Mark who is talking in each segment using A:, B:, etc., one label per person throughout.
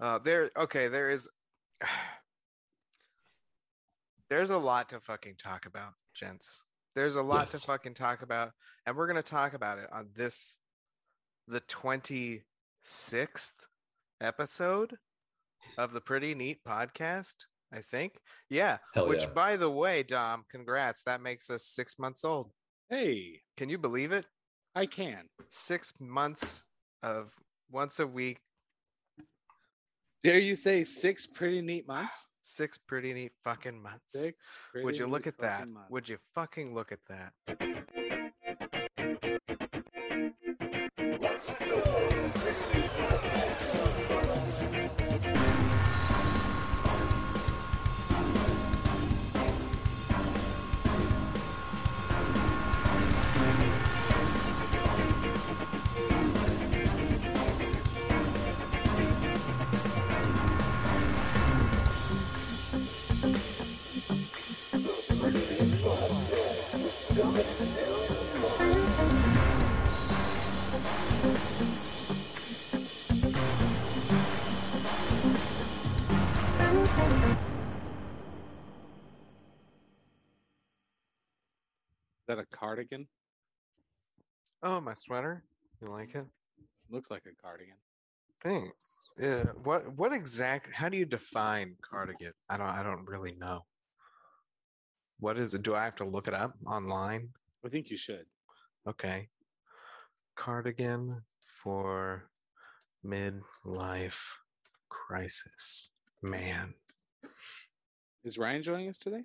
A: Uh, there. Okay. There is. There's a lot to fucking talk about, gents. There's a lot
B: Yes.
A: to fucking talk about, and we're gonna talk about it on this, the twenty sixth episode of the Pretty Neat podcast. I think. Yeah.
B: Hell
A: Which,
B: yeah.
A: by the way, Dom, congrats. That makes us six months old.
C: Hey,
A: Can you believe it?
C: I can.
A: Six months of once a week,
C: Dare you say six pretty neat months?
A: six pretty neat fucking months.
C: Six. Pretty
A: Would you look
C: neat
A: at that?
C: fucking months.
A: Would you fucking look at that?
C: Is that a cardigan?
A: Oh, my sweater. You like it?
C: Looks like a cardigan.
A: Thanks. Yeah. What what exact how do you define cardigan? I don't I don't really know. What is it? Do I have to look it up online?
C: I think you should.
A: Okay. Cardigan for midlife crisis. Man.
C: Is Ryan joining us today?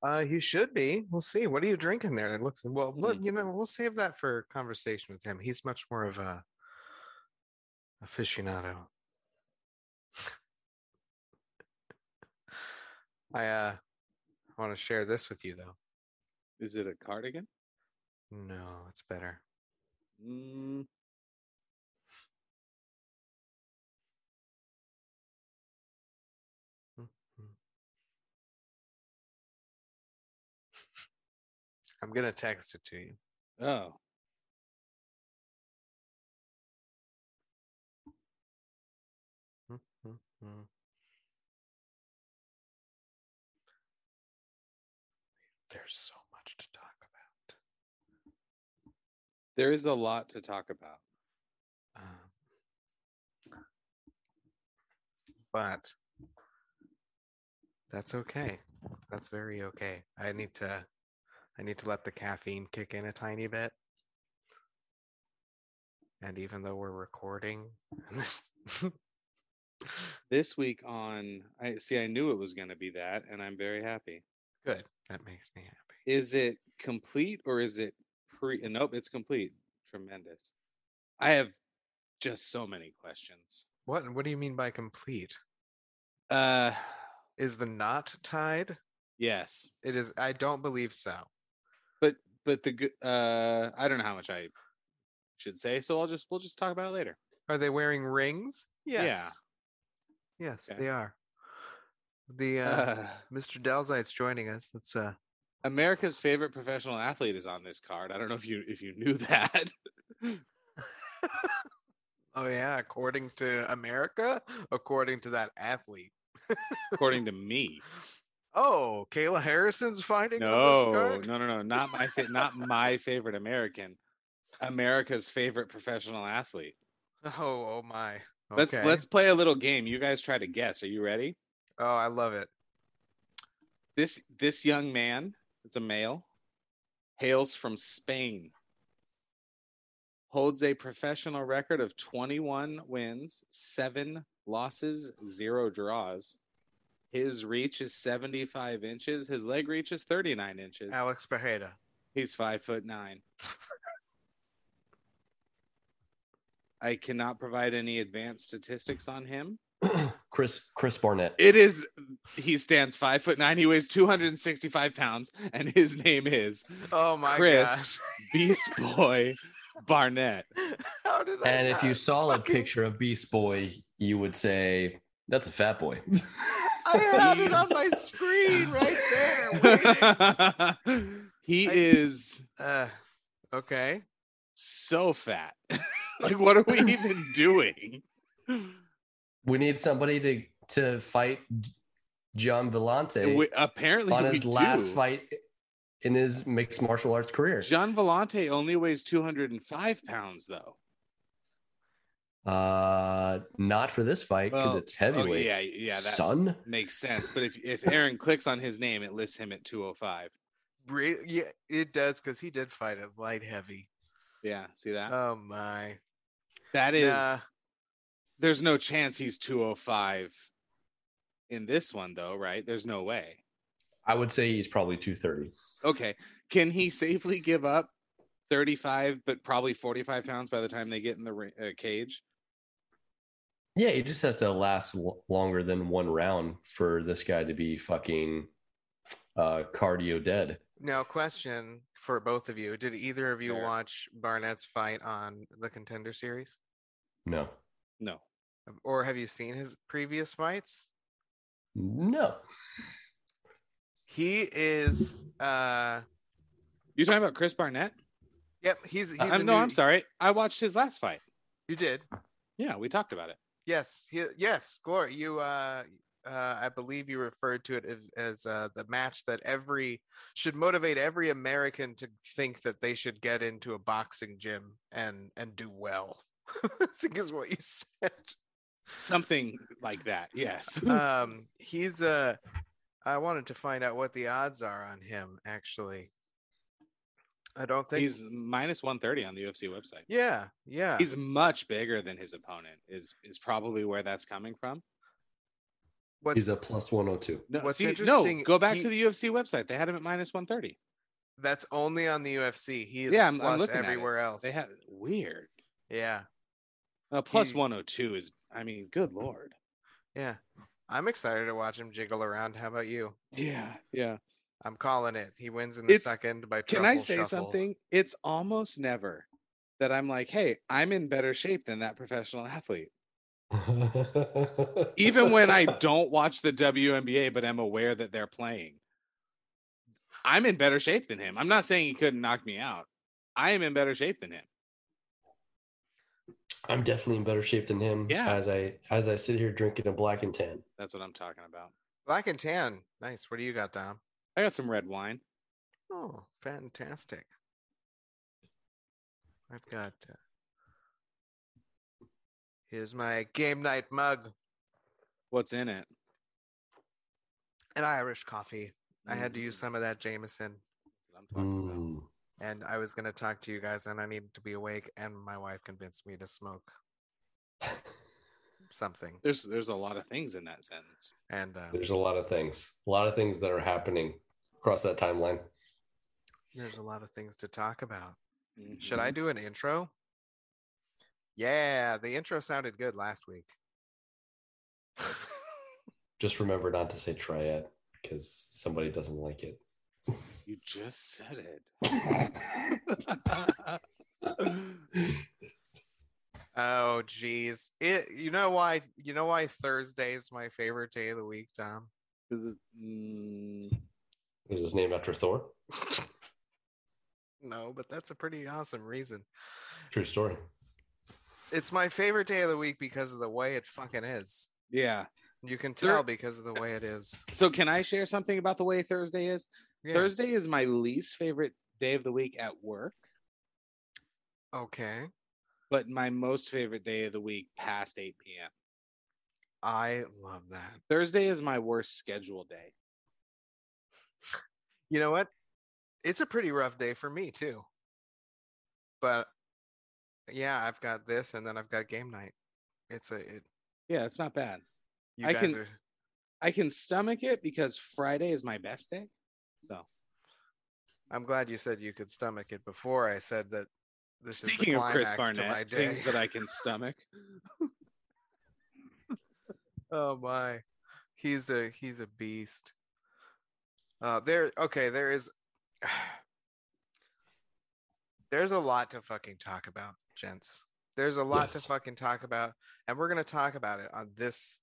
A: Uh, he should be. We'll see. What are you drinking there? It looks well. Let,
C: Mm.
A: you know, we'll save that for conversation with him. He's much more of a aficionado. I uh, want to share this with you though.
C: Is it a cardigan?
A: No, it's better.
C: Mm,
A: I'm gonna text it to you.
C: oh,
A: Mm. There's so much to talk about.
C: there is a lot to talk about.
A: Um, but that's okay. That's very okay. I need to I need to let the caffeine kick in a tiny bit. And even though we're recording this
C: This week on, I see. I knew it was going to be that, and I'm very happy.
A: good, that makes me happy.
C: Is it complete or is it pre? uh, Nope, it's complete. Tremendous. I have just so many questions.
A: What what do you mean by complete?
C: Uh,
A: Is the knot tied?
C: yes,
A: It is I don't believe so.
C: but but the g- uh, I don't know how much I should say, so I'll just we'll just talk about it later.
A: Are they wearing rings?
C: Yeah.
A: Yes. Yes,
C: Okay.
A: they are. The uh,
C: Uh,
A: Mr. Dalzite's joining us. That's uh
C: America's favorite professional athlete is on this card. I don't know if you if you knew that.
A: oh yeah, according to America, according to that athlete.
C: according to me.
A: Oh, Kayla Harrison's finding on
C: No,
A: this
C: no,
A: card?
C: no, no, not my fa- not my favorite American. America's favorite professional athlete.
A: Oh, oh my.
C: Let's
A: Okay.
C: let's play a little game. You guys try to guess. Are you ready?
A: Oh, I love it.
C: This this young man, it's a male, hails from Spain. Holds a professional record of 21 wins, 7 losses, 0 draws. His reach is 75 inches, his leg reach is 39 inches.
A: Alex Bejeda.
C: He's 5 foot 9. I cannot provide any advanced statistics on him.
B: Chris Chris Barnett.
C: It is. He stands five foot nine. He weighs two hundred and sixty-five pounds, and his name is
A: Oh my
C: Chris. Beast Boy Barnett.
A: gosh. How did I
B: and if you
A: not-
B: saw a
A: fucking-
B: picture of Beast Boy, you would say that's a fat boy.
A: I had it on
C: He's-
A: my screen right there. waiting.
C: he
A: I-
C: is
A: uh, okay.
C: so fat. like, what are we even doing?
B: We need somebody to to fight John Vellante
C: We, apparently,
B: on
C: we
B: his last
C: do.
B: fight in his mixed martial arts career.
C: John Vellante only weighs 205 pounds, though.
B: Uh, not for this fight because
C: Well,
B: it's
C: Oh,
B: heavyweight.
C: yeah, yeah, that
B: son.
C: makes sense. But if if Aaron clicks on his name, it lists him at 205.
A: Re- yeah, it does because he did fight a light heavy.
C: Yeah, see that?
A: Oh my!
C: that is.
A: Nah,
C: There's no chance he's 205 in this one, though, right? There's no way.
B: I would say he's probably two thirty.
C: Okay, can he safely give up 35, but probably 45 pounds by the time they get in the ri- uh, cage?
B: Yeah, he just has to last lo- longer than one round for this guy to be fucking uh, cardio dead.
A: now question for both of you: Did either of you
C: Fair.
A: watch Barnett's fight on the Contender Series,
B: No,
C: No.
A: or have you seen his previous fights?
B: no.
A: He is. uh
C: You talking about Chris Barnett?
A: Yep, he's. he's
C: Uh,
A: a new-
C: no, I'm sorry. I watched his last fight.
A: You did.
C: Yeah, we talked about it.
A: Yes, he, yes, Glory. You, uh, uh, I believe you referred to it as, as uh, the match that every should motivate every American to think that they should get into a boxing gym and and do well. I think is what you said.
C: Something like that. Yes.
A: um, he's. Uh, I wanted to find out what the odds are on him. Actually, I don't think.
C: He's minus 130 on the UFC website.
A: yeah, yeah.
C: He's much bigger than his opponent. Is is probably where that's coming from.
A: What's,
B: He's a plus one hundred two.
C: No,
A: What's
C: see,
A: interesting,
C: no. Go back
A: he-
C: to the UFC website. They had him at minus 130.
A: that's only on the UFC. He is
C: Yeah,
A: yeah,
C: I'm- I'm looking at it.
A: everywhere else.
C: They had weird.
A: yeah.
C: Uh, plus
A: He-
C: 102 is. I mean, good lord.
A: Yeah. I'm excited to watch him jiggle around. How about you?
C: Yeah. Yeah.
A: I'm calling it. He wins in the
C: It's-
A: second by
C: Can I
A: truffle
C: say
A: shuffle.
C: something? It's almost never that I'm like, hey, I'm in better shape than that professional athlete. Even when I don't watch the WNBA, but am aware that they're playing, I'm in better shape than him. I'm not saying he couldn't knock me out. I am in better shape than him.
B: I'm definitely in better shape than him.
C: Yeah.
B: As I as I sit here drinking a black and tan.
C: That's what I'm talking about.
A: Black and tan. Nice. What do you got, Dom?
C: I got some red wine.
A: Oh, fantastic. I've got. Uh, here's my game night mug
C: What's in it?
A: and Irish coffee. I had to use some of that Jameson,
C: That's what I'm talking about.
B: Mm.
A: and I was going to talk to you guys, and I needed to be awake, and my wife convinced me to smoke something.
C: There's there's a lot of things in that sentence.
A: And uh,
B: There's a lot of things. A lot of things that are happening across that timeline.
A: there's a lot of things to talk about. Should I do an intro? Yeah, the intro sounded good last week.
B: Just remember not to say triad because somebody doesn't like it.
C: Mm-hmm. You just said it.
A: oh geez. It you know why you know why Thursday is my favorite day of the week, Tom?
C: Is it? Mm,
B: Is his name after Thor?
A: No, but that's a pretty awesome reason.
B: True story.
A: It's my favorite day of the week because of the way it fucking is.
C: yeah.
A: You can
C: There-
A: tell because of the way it is.
C: So can I share something about the way Thursday is?
A: Yeah.
C: Thursday is my least favorite day of the week at work,
A: Okay.
C: but my most favorite day of the week past 8 p.m.
A: I love that.
C: Thursday is my worst schedule day.
A: you know what? It's a pretty rough day for me too. But yeah, I've got this, and then I've got game night. It's a it,
C: Yeah, it's not bad.
A: you
C: I
A: guys
C: can-
A: are
C: I can stomach it because Friday is my best day. So
A: I'm glad you said you could stomach it before I said that. This is
C: speaking
A: the
C: of Chris
A: climax to my
C: Barnett, things
A: day.
C: that I can stomach.
A: oh my, he's a he's a beast. Uh, there. Okay, there is. There's a lot to fucking talk about, gents. There's a lot to
B: Yes.
A: fucking talk about, and we're gonna talk about it on this,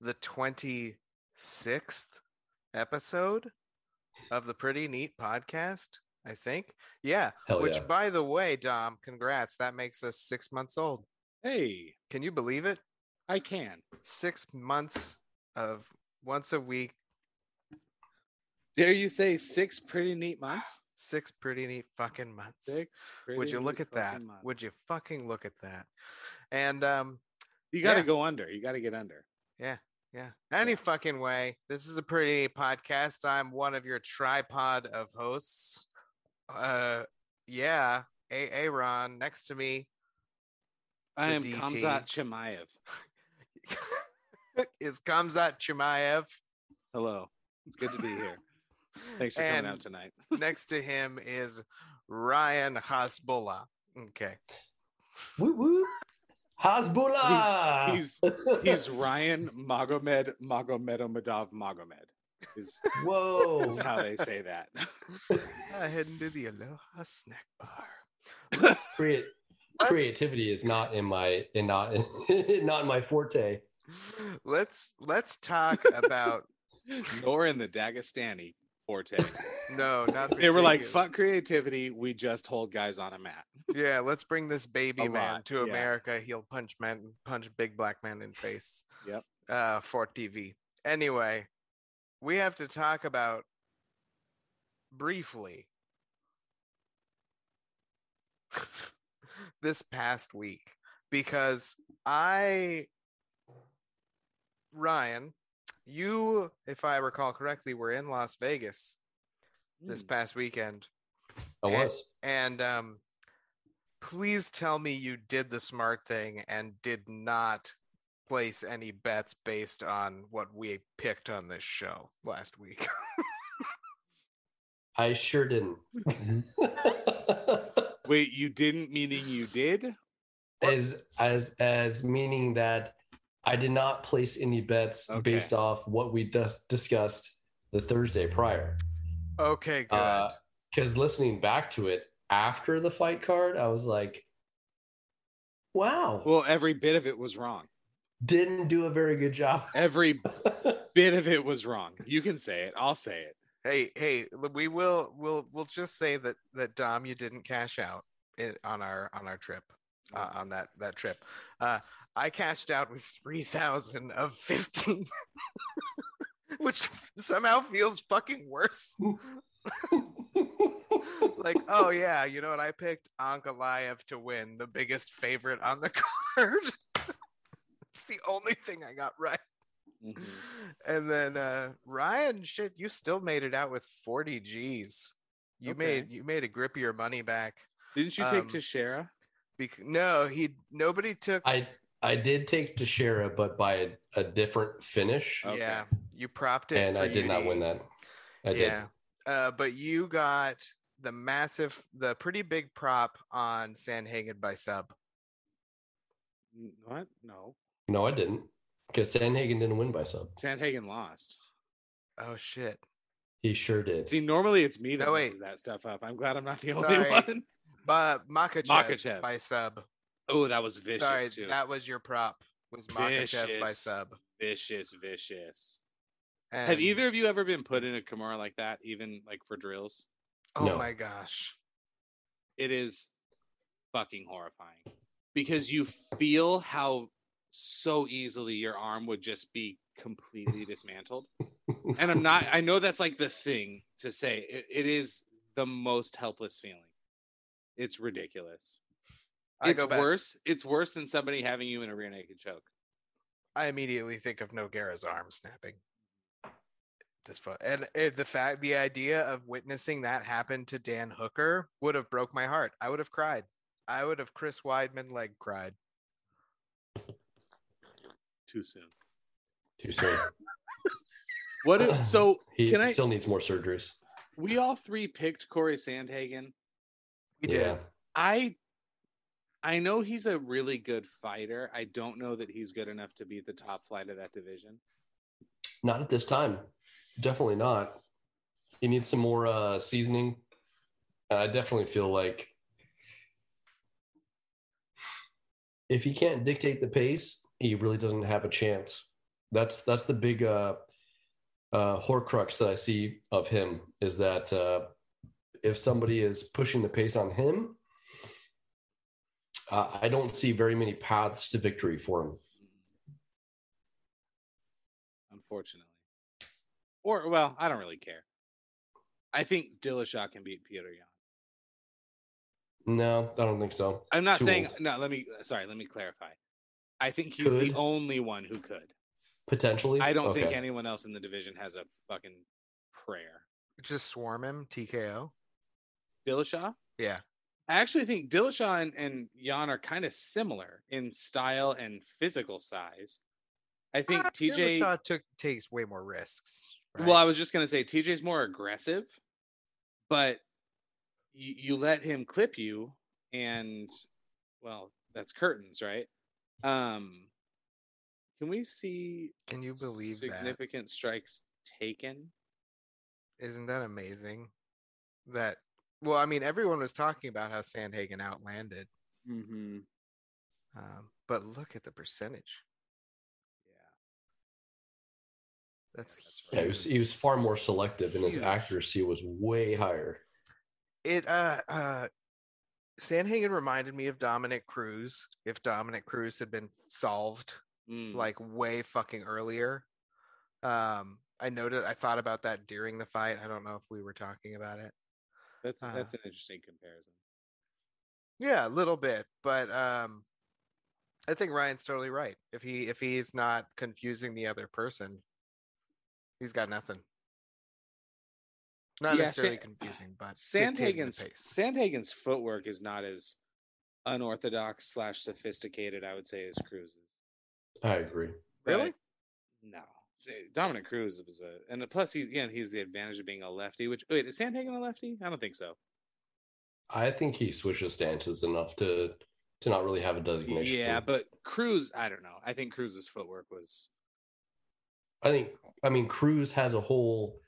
A: the twenty sixth episode of the Pretty Neat podcast. I think, yeah.
B: Hell
A: Which,
B: yeah.
A: by the way, Dom, congrats. That makes us six months old.
C: Hey,
A: Can you believe it?
C: I can.
A: Six months of once a week,
C: Dare you say six pretty neat months?
A: six pretty neat fucking months.
C: Six. Pretty
A: Would you look
C: neat
A: at that?
C: fucking months.
A: Would you fucking look at that? And um,
C: You got to
A: Yeah.
C: go under. You got to get under.
A: Yeah. Any
C: Yeah.
A: fucking way. This is a pretty neat podcast. I'm one of your tripod of hosts. Uh yeah. A Aaron next to me
C: I
A: The
C: am
A: DT.
C: Kamzat Chimaev.
A: is Kamzat Chimaev.
C: Hello. It's good to be here. Thanks for
A: and
C: coming out tonight.
A: next to him is Ryan Hasbullah. Okay.
B: Woo woo.
A: uh,
B: Hasbullah.
C: He's he's Ryan Magomed Magomedomadov Magomed. Is,
B: Whoa.
C: is how they say that.
A: Uh, heading to the Aloha snack bar.
B: Creat- creativity is not in my and not in, not in my forte.
A: Let's let's talk about
C: Nor in the Dagestani forte.
A: no, not
C: They were like,
A: Buteyko.
C: fuck creativity. We just hold guys on a mat.
A: yeah let's bring this baby
C: A
A: man
C: lot,
A: to
C: yeah.
A: america he'll punch man punch big black man in face
C: Yep.
A: uh for tv anyway we have to talk about briefly this past week because i ryan you if i recall correctly were in las vegas
C: Mm.
A: this past weekend
B: I
A: Eh.
B: was.
A: and um, please tell me you did the smart thing and did not place any bets based on what we picked on this show last week.
B: I sure didn't.
C: Hmm. Wait, you didn't meaning you did?
B: as as as meaning that I did not place any bets
C: Okay.
B: based off what we dis- discussed the Thursday prior.
A: okay, good.
B: Because listening back to it after the fight card, I was like, "Wow,
C: Well, every bit of it was wrong.
B: didn't do a very good job."
C: Every bit of it was wrong. You can say it. I'll say it.
A: hey, hey, l- we will we'll we'll just say that that Dom, you didn't cash out in, on our on our trip. Uh, on that that trip, uh, I cashed out with three thousand of fifteen, which somehow feels fucking worse. like, oh yeah, you know what? I picked Ankalaev to win, the biggest favorite on the card. it's the only thing I got right.
C: Mhm.
A: And then uh Ryan, shit, you still made it out with 40 G's. You
C: Okay.
A: made you made a grip of your money back.
C: Didn't you take
A: Um,
C: Teixeira?
A: Bec- no, he nobody took.
B: I I did take Teixeira, but by a, a different finish,
C: okay.
A: Yeah, you propped it,
B: and
A: Oh, for
B: I did not
A: UD.
B: win that. I
A: yeah. Uh, but you got the massive, the pretty big prop on Sanhagen by sub.
C: N- What? No.
B: did. No, I didn't, because Sanhagen didn't win by sub.
C: Sandhagen lost.
A: Oh shit.
B: He sure did.
C: See, normally it's me that
A: No, wait.
C: messes that stuff up. I'm glad I'm not the only
A: Sorry.
C: one.
A: But Makachev,
C: Makachev.
A: by sub.
C: Oh, that was vicious
A: Sorry,
C: too.
A: that was your prop. Was Makachev by
C: Vicious.
A: sub.
C: Vicious, vicious.
A: And,
C: Have either of you ever been put in a Kimura like that, even like for drills?
A: Oh
B: No.
A: my gosh.
C: It is fucking horrifying because you feel how so easily your arm would just be completely dismantled. and I'm not, I know that's like the thing to say. It, it is the most helpless feeling. It's ridiculous.
A: I
C: it's
A: go back.
C: worse. It's worse than somebody having you in a rear naked choke.
A: I immediately think of Noguera's arm snapping. Just fun. And it, the fact, the idea of witnessing that happen to Dan Hooker would have broke my heart. I would have cried. I would have Chris Weidman like cried.
C: Too soon.
B: Too soon.
C: What? If, so
B: He
C: Can I-
B: still needs more surgeries.
C: we all three picked Corey Sandhagen.
A: We did.
C: I, I know he's a really good fighter. I don't know that he's good enough to be the top flight of that division.
B: Not at this time. Definitely not. He needs some more uh, seasoning. And I definitely feel like if he can't dictate the pace, he really doesn't have a chance. That's that's the big uh, uh, horcrux that I see of him is that uh, if somebody is pushing the pace on him, uh, I don't see very many paths to victory for him.
C: unfortunately. Or well, I don't really care. I think Dillashaw can beat Peter Yan.
B: No, I don't think so.
C: I'm not
B: Too
C: saying
B: old.
C: no. Let me uh, sorry. Let me clarify. I think he's the
B: Could.
C: only one who could.
B: Potentially,
C: I don't think
B: Okay.
C: anyone else in the division has a fucking prayer.
A: Just swarm him, TKO.
C: Dillashaw.
A: Yeah.
C: I actually think Dillashaw and, and Jan are kind of similar in style and physical size. I think
A: Ah,
C: TJ.
A: Dillashaw took takes way more risks. right?
C: Well, I was just gonna say TJ's more aggressive, but you, you let him clip you, and well, that's curtains, right? Um, can we see
A: can you believe that?
C: significant strikes taken?
A: Isn't that amazing? That well, I mean, everyone was talking about how Sandhagen outlanded,
C: Mm-hmm.
A: um, but look at the percentage.
C: Yeah,
A: That's,
C: that's
B: Yeah, he was, he was far more selective, and his
A: Huge.
B: accuracy was way higher.
A: it. Uh, uh, Sandhagen reminded me of Dominic Cruz. If Dominic Cruz had been solved
C: Mm.
A: like way fucking earlier. Um, I noticed I thought about that during the fight. I don't know if we were talking about it.
C: that's
A: uh,
C: that's an interesting comparison.
A: Yeah, a little bit, but um, I think Ryan's totally right. If he if he's not confusing the other person, he's got nothing. Not
C: Yeah,
A: necessarily
C: San-
A: confusing, but dictating the
C: Sandhagen's
A: pace.
C: Sandhagen's footwork is not as unorthodox slash sophisticated, I would say, as Cruz's.
B: I agree.
A: Really?
C: but No. See, Dominic Cruz was a, and plus he's again he's the advantage of being a lefty. Which wait, is Sandhagen a lefty? I don't think so.
B: I think he switches stances enough to to not really have a designation.
C: Yeah, but Cruz, I don't know. I think Cruz's footwork was
B: I think I mean Cruz has a whole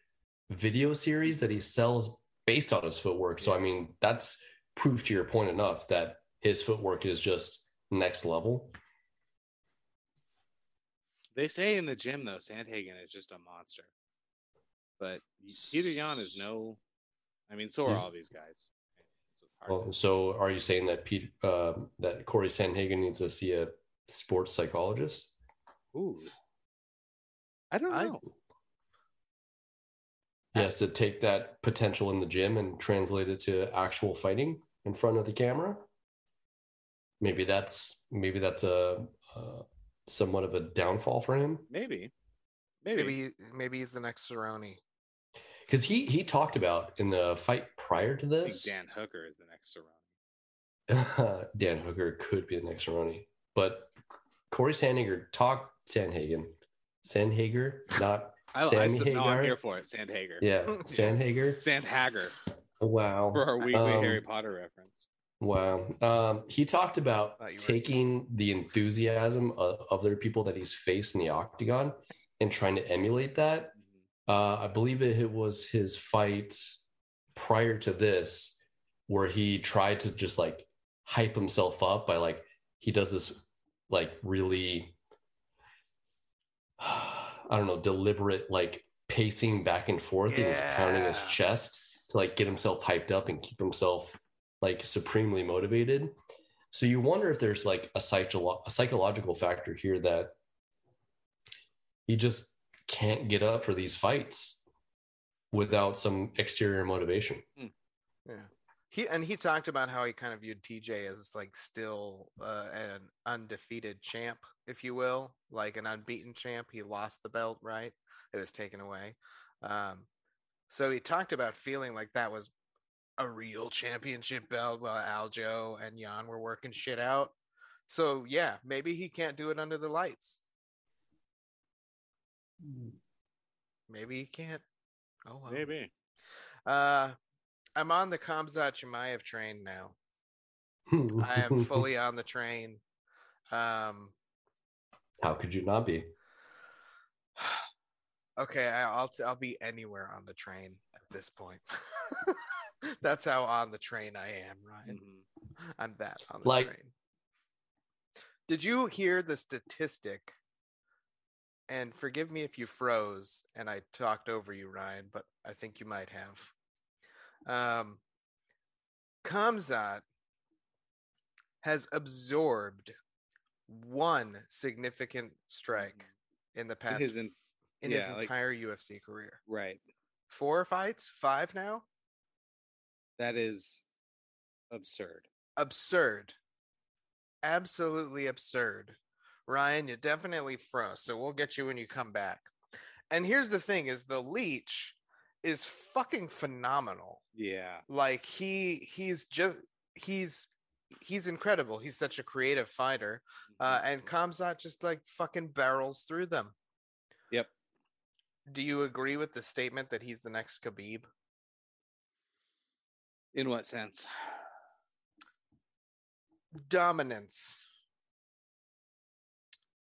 B: video series that he sells based on his footwork. So I mean that's proof to your point enough that his footwork is just next level.
C: They say in the gym though, Sandhagen is just a monster. But Peter Yan is no. I mean, so are
B: He's-
C: all these guys. So it's hard to-
B: Well, so are you saying that Pete uh, that Corey Sanhagen needs to see a sports psychologist?
C: Ooh. I don't
A: I-
C: know.
B: He has to take that potential in the gym and translate it to actual fighting in front of the camera. Maybe that's maybe that's a uh, somewhat of a downfall for him.
C: Maybe. Maybe.
A: Maybe maybe he's the next Cerrone.
B: because he he talked about in the fight prior to
C: I think
B: this
C: Dan Hooker is the next Cerrone.
B: dan. hooker could be the next Cerrone. but corey sandhager talked sandhagen sandhager not
C: I, I,
B: Sammy
C: no, I'm
B: Hagar?
C: here for it. Sandhager.
B: yeah sandhager
C: Sandhager
B: wow
C: for our weekly
B: Um,
C: Harry Potter reference.
B: wow um he talked about
A: Thought you were-
B: taking the enthusiasm of other people that he's faced in the octagon and trying to emulate that
C: Mm-hmm.
B: uh, I believe it was his fight prior to this where he tried to just like hype himself up by like he does this like really I don't know deliberate like pacing back and forth and he's pounding his
A: Yeah.
B: chest to like get himself hyped up and keep himself like supremely motivated. So you wonder if there's like a, psycholo- a psychological factor here that he just can't get up for these fights without some exterior motivation.
A: He and he talked about how he kind of viewed TJ as like still uh, an undefeated champ, if you will, like an unbeaten champ. He lost the belt, right? It was taken away. Um, so he talked about feeling like that was a real championship belt while Aljo and Jan were working shit out. So yeah, maybe he can't do it under the lights. Maybe he can't. Oh well.
C: Maybe.
A: Uh, I'm on the Kamzat Chimaev train now.
B: Hmm.
A: I am fully on the train. Um,
B: How could you not be?
A: okay, I, I'll t- I'll be anywhere on the train at this point. That's how on the train I am, Ryan.
C: Mhm.
A: I'm that on the
B: Like-
A: train. Did you hear the statistic? And forgive me if you froze and I talked over you, Ryan, but I think you might have. Um, Kamzat has absorbed one significant strike in the past
C: Mm. his en-
A: in his
C: Yeah, like-
A: entire UFC career.
C: Right.
A: Four fights, five now.
C: That is absurd.
A: Absurd, absolutely absurd. Ryan, you're definitely frost, so we'll get you when you come back. And here's the thing: is the leech is fucking phenomenal.
C: Yeah.
A: like he he's just he's he's incredible he's such a creative fighter
C: Mm-hmm.
A: uh and Kamzat just like fucking barrels through them
C: Yep.
A: do you agree with the statement that he's the next khabib
C: In what sense?
A: dominance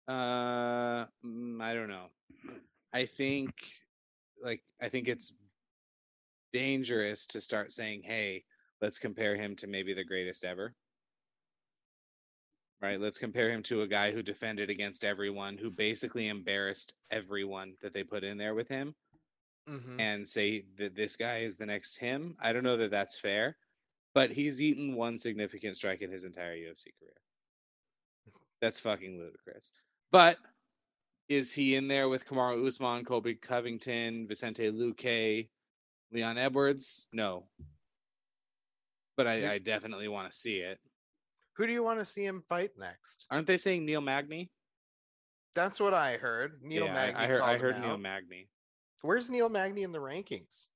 C: Uh, mm, I don't know. I think, like, I think it's dangerous to start saying, "Hey, let's compare him to maybe the greatest ever." Right? Let's compare him to a guy who defended against everyone, who basically embarrassed everyone that they put in there with him,
A: Mhm.
C: and say that this guy is the next him. I don't know that that's fair, but he's eaten one significant strike in his entire UFC career. That's fucking ludicrous. But is he in there with Kamaru Usman, Kobe Covington, Vicente Luque, Leon Edwards? No. But
A: You-
C: I, I definitely want to see it.
A: who do you want to see him fight next
C: Aren't they saying Neil Magny?
A: that's what i heard neil
C: Yeah, I-
A: magny
C: I heard, I
A: called him
C: heard Neil
A: out.
C: Magny.
A: where's neil magny in the rankings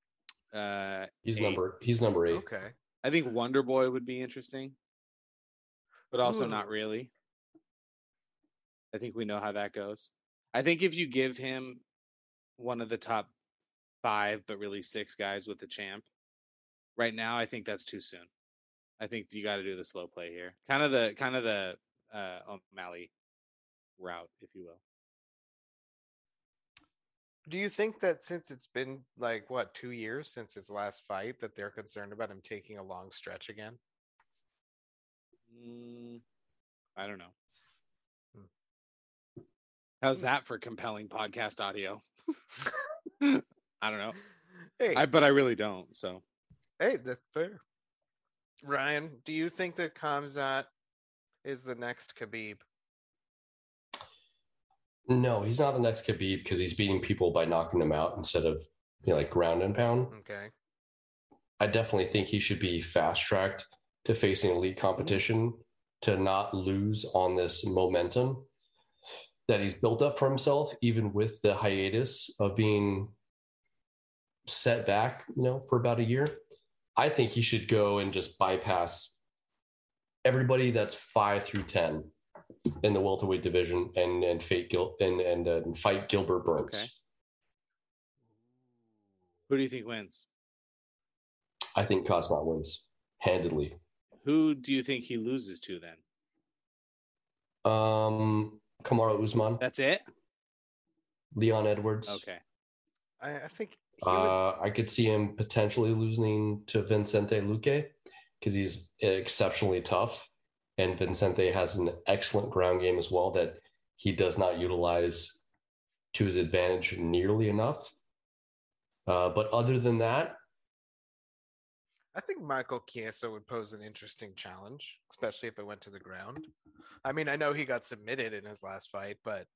C: Uh,
B: He's
C: Eight.
B: number he's number eight.
A: okay
C: I think Wonder Boy would be interesting, but also not
A: Ooh.
C: really. I think we know how that goes. I think if you give him one of the top five, but really six guys with the champ, right now I think that's too soon. I think you got to do the slow play here, kind of the kind of the uh, O'Malley route, if you will.
A: do you think that since it's been like what two years since his last fight that they're concerned about him taking a long stretch again
C: Mm, I don't know.
A: Hmm.
C: How's that for compelling podcast audio? I don't know.
A: Hey,
C: Oh. I but I
A: that's-
C: really don't. So
A: hey, that's fair. Ryan, do you think that Kamzat is the next Khabib?
B: No, he's not the next Khabib because he's beating people by knocking them out instead of you know, like ground and pound.
A: Okay,
B: I definitely think he should be fast tracked to facing elite competition to not lose on this momentum that he's built up for himself, even with the hiatus of being set back, you know, for about a year. I think he should go and just bypass everybody that's five through ten in the welterweight division and and fate Gil- and and uh, fight Gilbert Burns.
C: Okay. who do you think wins?
B: I think Cosmo wins handedly.
C: Who do you think he loses to then?
B: Um, Kamara Usman,
C: That's it?
B: Leon Edwards.
C: Okay.
A: I, I think he would-
B: Uh, I could see him potentially losing to Vincente Luque because he's exceptionally tough, and Vincente has an excellent ground game as well that he does not utilize to his advantage nearly enough. Uh, but other than that,
A: I think Michael Chiesa would pose an interesting challenge, especially if it went to the ground. I mean, I know he got submitted in his last fight, but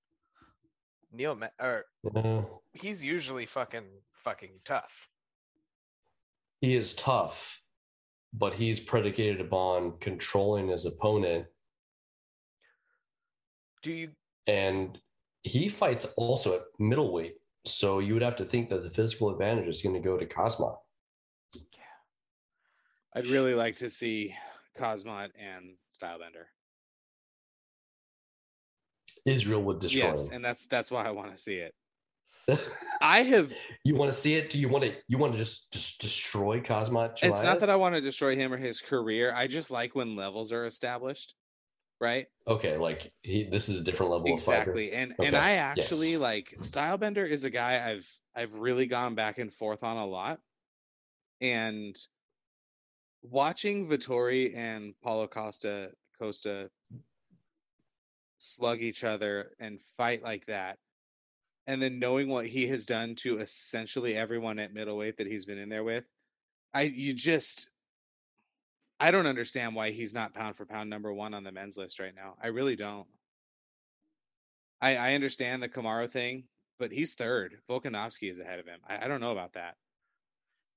A: Neil Ma- or
B: uh,
A: he's usually fucking fucking tough.
B: he is tough, but he's predicated upon controlling his opponent
A: Do you
B: and he fights also at middleweight. So you would have to think that the physical advantage is going to go to Cosmo.
C: I'd really like to see Cosmot and Stylebender.
B: Israel would destroy
C: Yes,
B: him.
C: and that's that's why I want to see it. I have
B: you want to see it? Do you want to? You want to just just destroy Cosmo?
C: it's not that I want to destroy him or his career. I just like when levels are established. Right?
B: okay, like he, this is a different level of
C: exactly and and
B: Okay,
C: i actually
B: yes.
C: like stylebender is a guy i've i've really gone back and forth on a lot and watching vittori and paulo costa costa slug each other and fight like that and then knowing what he has done to essentially everyone at middleweight that he's been in there with i you just i don't understand why he's not pound for pound number one on the men's list right now i really don't I, I understand the Camaro thing, but he's third. Volkanovski is ahead of him. I, I don't know about that.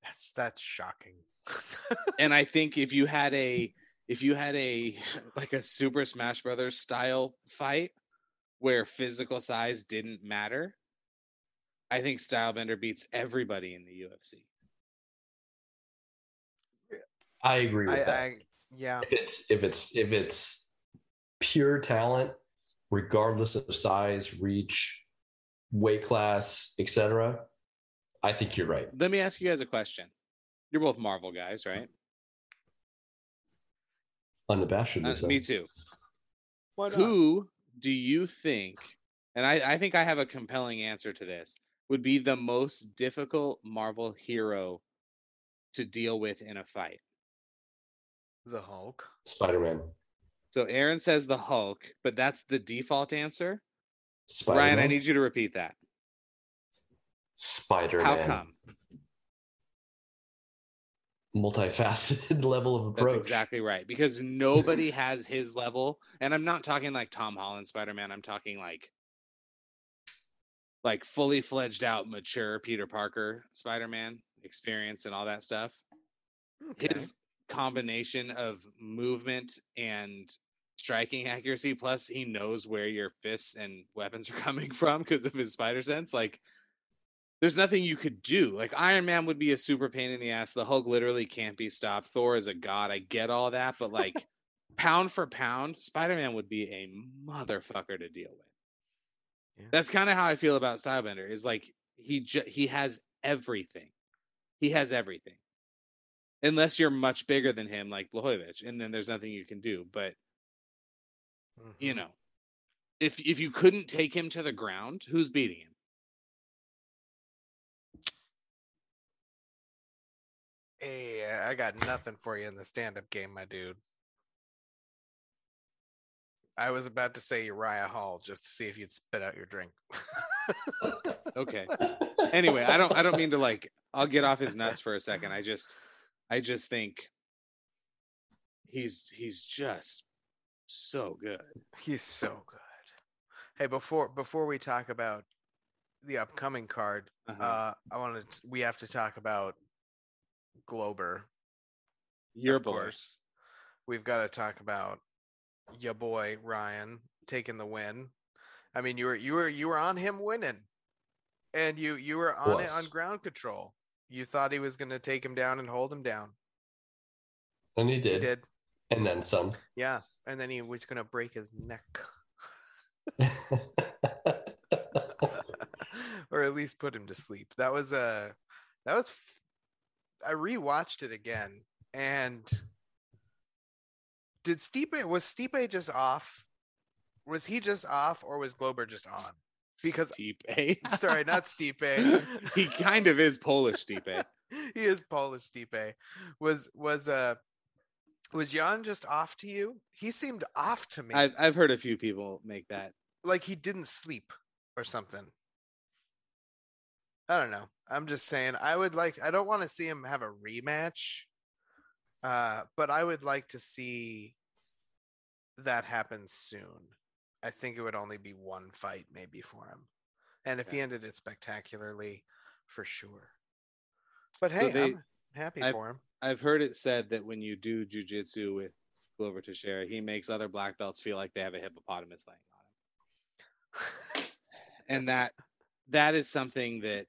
A: That's that's shocking.
C: and I think if you had a if you had a like a Super Smash Brothers style fight where physical size didn't matter, I think Stylebender beats everybody in the UFC.
B: I agree with
A: I,
B: that.
A: I yeah.
B: if it's if it's if it's pure talent, regardless of size, reach, weight class, etc., I think you're right.
C: Let me ask you guys a question. You're both Marvel guys, right?
B: Unabashedly
C: Uh,
B: so.
C: me too.
A: Why not?
C: Who do you think, and I, I think I have a compelling answer to this, would be the most difficult Marvel hero to deal with in a fight?
A: The Hulk.
B: Spider-Man.
C: So Aaron says the Hulk, but that's the default answer.
B: Spider-Man.
C: Ryan, I need you to repeat that.
B: Spider-Man.
C: How come?
B: Multifaceted level of approach.
C: That's exactly right. Because nobody has his level. And I'm not talking like Tom Holland Spider Man. I'm talking like like fully fledged out, mature Peter Parker Spider Man experience and all that stuff.
A: Okay.
C: His combination of movement and striking accuracy, plus he knows where your fists and weapons are coming from because of his spider sense. Like there's nothing you could do. Like Iron Man would be a super pain in the ass. The Hulk literally can't be stopped. Thor is a god. I get all that, but like pound for pound, Spider Man would be a motherfucker to deal with.
A: Yeah.
C: That's kind of how I feel about Stylebender. Is like he ju- he has everything. He has everything, unless you're much bigger than him, like Blachowicz, and then there's nothing you can do. But
A: Mhm.
C: you know, if if you couldn't take him to the ground, who's beating him?
A: Hey, I got nothing for you in the stand-up game, my dude. I was about to say Uriah Hall just to see if you'd spit out your drink.
C: Okay. anyway, I don't I don't mean to like I'll get off his nuts for a second. I just I just think he's he's just so good.
A: He's so good. Hey, before before we talk about the upcoming card,
C: Uh-huh.
A: uh, I wanted to, we have to talk about Glober.
C: Your
A: of
C: boy.
A: course. We've got to talk about your boy Ryan taking the win. I mean, you were you were you were on him winning, and you you were on it on
B: Was.
A: ground control. You thought he was going to take him down and hold him down.
B: and he did.
A: He did,
B: And then some.
A: yeah. And then he was going to break his neck, or at least put him to sleep. That was uh, that was. F- I rewatched it again, and did Stipe was Stipe just off? Was he just off, or was Glober just on? Because-
C: Stipe.
A: Sorry, not Stipe.
C: he kind of is Polish Stipe.
A: he is Polish Stipe. Was was uh was Jan just off to you? He seemed off to me.
C: I've I've heard a few people make that.
A: Like he didn't sleep or something. I don't know. I'm just saying I would like I don't want to see him have a rematch. Uh but I would like to see that happen soon. I think it would only be one fight maybe for him. And if he
C: Yeah.
A: ended it spectacularly, for sure. But
C: So
A: hey,
C: they-
A: I'm happy
C: I-
A: for him.
C: I've heard it said that when you do jujitsu with Glover Teixeira, he makes other black belts feel like they have a hippopotamus laying on them. And that that is something that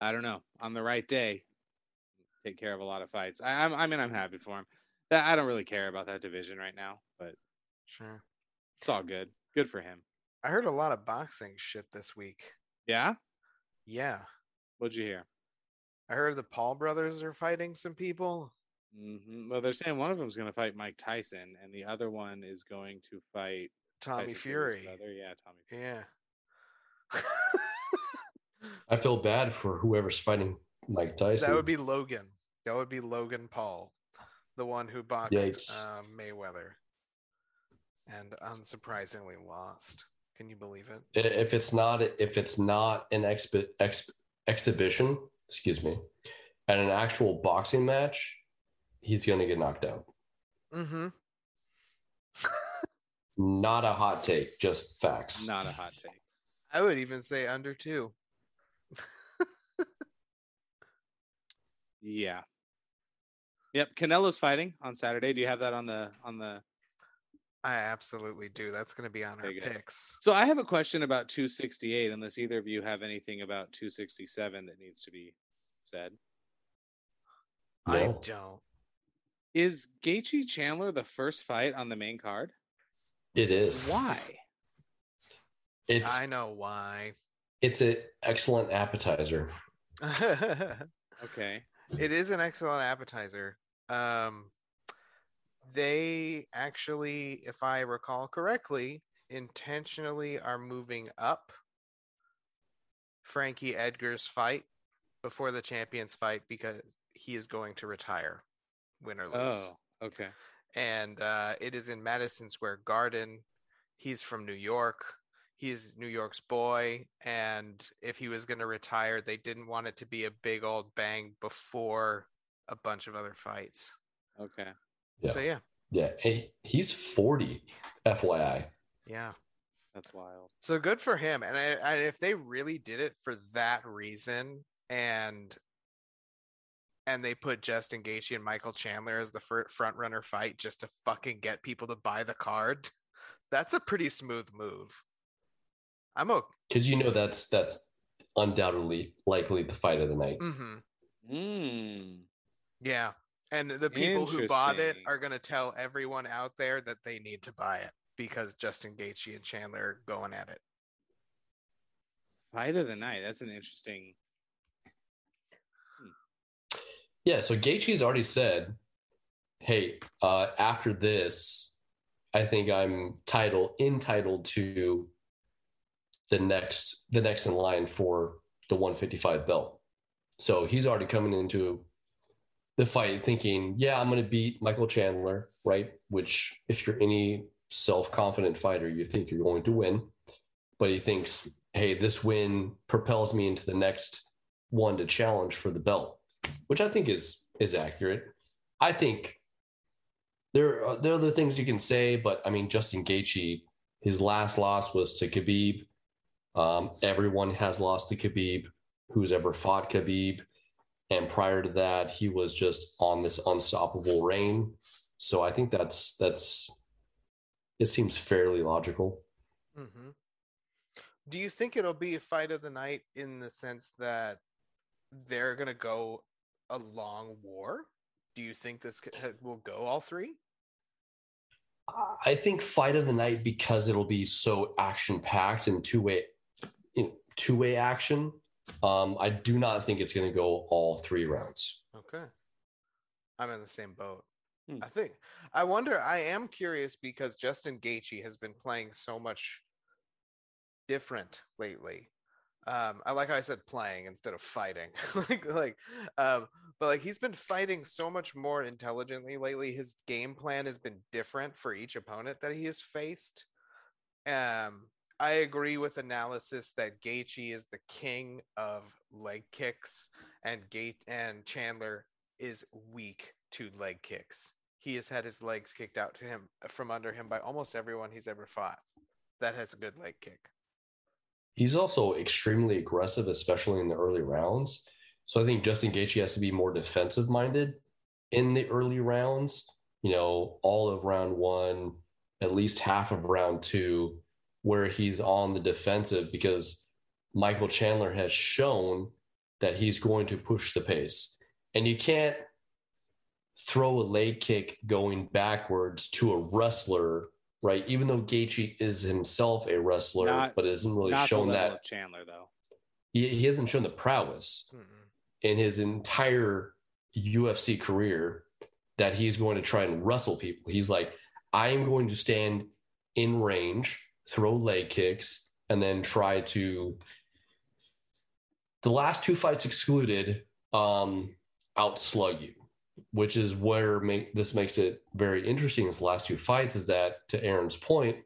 C: I don't know. On the right day, take care of a lot of fights. I, I'm, I mean, I'm happy for him. That I don't really care about that division right now, but
A: Sure.
C: it's all good. Good for him.
A: I heard a lot of boxing shit this week.
C: Yeah.
A: Yeah.
C: What'd you hear?
A: I heard the Paul brothers are fighting some people.
C: hmm Well, they're saying one of them's going to fight Mike Tyson, and the other one is going to fight
A: Tommy
C: Tyson Fury's
A: Fury.
C: brother. Yeah, Tommy. Fury.
A: Yeah.
B: I feel bad for whoever's fighting Mike Tyson.
A: that would be Logan. That would be Logan Paul, the one who boxed
B: Yikes.
A: uh, Mayweather and unsurprisingly lost. Can you believe it?
B: I- if it's not if it's not an expi- ex- exhibition, excuse me, and an actual boxing match, he's going to get knocked out.
A: Mm-hmm.
B: Not a hot take, just facts.
C: Not a hot take.
A: I would even say under two.
C: Yeah. Yep. Canelo's fighting on Saturday. Do you have that on the on the?
A: I absolutely do. That's going to be on our
C: Very good.
A: picks.
C: So I have a question about 268. Unless either of you have anything about 267 that needs to be said.
A: I
B: No.
A: don't.
C: Is Gaethje Chandler the first fight on the main card?
B: It is.
C: Why?
B: It's
A: I know why.
B: it's an excellent appetizer.
A: it
C: Okay.
A: is an excellent appetizer. Um, they actually, if I recall correctly, intentionally are moving up Frankie Edgar's fight before the champions fight because he is going to retire, win or lose.
C: Oh. Okay.
A: and uh, it is in Madison Square Garden. He's from New York. He's New York's boy, and if he was going to retire, they didn't want it to be a big old bang before a bunch of other fights.
C: Okay.
A: So yeah,
B: Yeah, he, he's 40, FYI.
A: yeah.
C: That's wild.
A: So good for him. And, I, and if they really did it for that reason, and and they put Justin Gaethje and Michael Chandler as the fir- front runner fight just to fucking get people to buy the card, that's a pretty smooth move. I'm okay.
B: Because you know that's that's undoubtedly likely the fight of the night.
A: Mm-hmm.
C: Mm.
A: Yeah. And the people who bought it
C: Interesting.
A: are going to tell everyone out there that they need to buy it because Justin Gaethje and Chandler are going at it.
C: Fight of the night. That's an interesting.
B: Yeah, so Gaethje's already said, "Hey, uh, after this, I think I'm title entitled to the next the next in line for the 155 belt." So he's already coming into the fight thinking, "Yeah, I'm going to beat Michael Chandler, right?" Which, if you're any self-confident fighter, you think you're going to win, but he thinks, "Hey, this win propels me into the next one to challenge for the belt." which I think is is accurate. I think there are, there are other things you can say, but I mean, Justin Gaethje, his last loss was to Khabib. Um, everyone has lost to Khabib, who's ever fought Khabib, and prior to that, he was just on this unstoppable reign. So I think that's that's it seems fairly logical.
A: Mm-hmm. Do you think it'll be a fight of the night in the sense that they're going to go a long war? Do you think this c- ha- will go all three?
B: I think fight of the night because it'll be so action packed and two way, two way action. Um, I do not think it's going to go all three rounds.
A: Okay. I'm in the same boat.
C: Hmm.
A: I think. I wonder. I am curious because Justin Gaethje has been playing so much different lately. Um, I like how I said playing instead of fighting. like, like, um, but like he's been fighting so much more intelligently lately. His game plan has been different for each opponent that he has faced. Um, I agree with analysis that Gaethje is the king of leg kicks and Gate and Chandler is weak to leg kicks. He has had his legs kicked out to him from under him by almost everyone he's ever fought that has a good leg kick.
B: He's also extremely aggressive, especially in the early rounds. So I think Justin Gaethje has to be more defensive minded in the early rounds. You know, all of round one, at least half of round two, where he's on the defensive because Michael Chandler has shown that he's going to push the pace, and you can't throw a leg kick going backwards to a wrestler. Right, even though Gaethje is himself a wrestler,
C: Not-
B: but isn't really
C: Not the
B: shown
C: level
B: that
C: of Chandler though.
B: he, he hasn't shown the prowess
A: Mm-mm.
B: in his entire UFC career that he's going to try and wrestle people. He's like, I am going to stand in range, throw leg kicks, and then try to. The last two fights excluded, um, outslug you, which is where make, this makes it very interesting. His last two fights is that, to Aaron's point,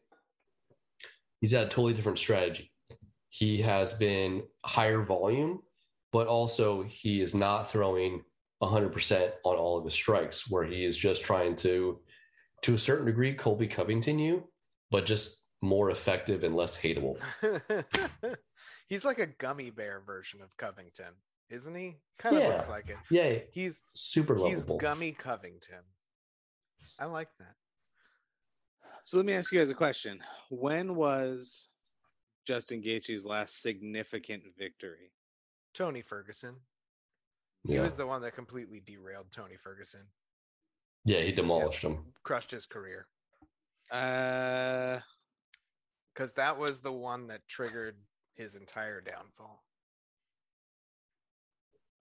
B: he's had a totally different strategy. He has been higher volume but also he is not throwing 100% on all of his strikes where he is just trying to to a certain degree colby covington you but just more effective and less hateable.
A: he's like a gummy bear version of Covington, isn't he? Kind of
B: Yeah.
A: looks like it.
B: Yay.
A: He's
B: Super
A: he's
B: lovable.
A: gummy Covington. I like that.
C: So let me ask you guys a question. When was Justin Gaethje's last significant victory?
A: Tony Ferguson. He
B: Yeah.
A: was the one that completely derailed Tony Ferguson,
B: yeah, he demolished him.
A: crushed his career.
C: Uh,
A: Because that was the one that triggered his entire downfall.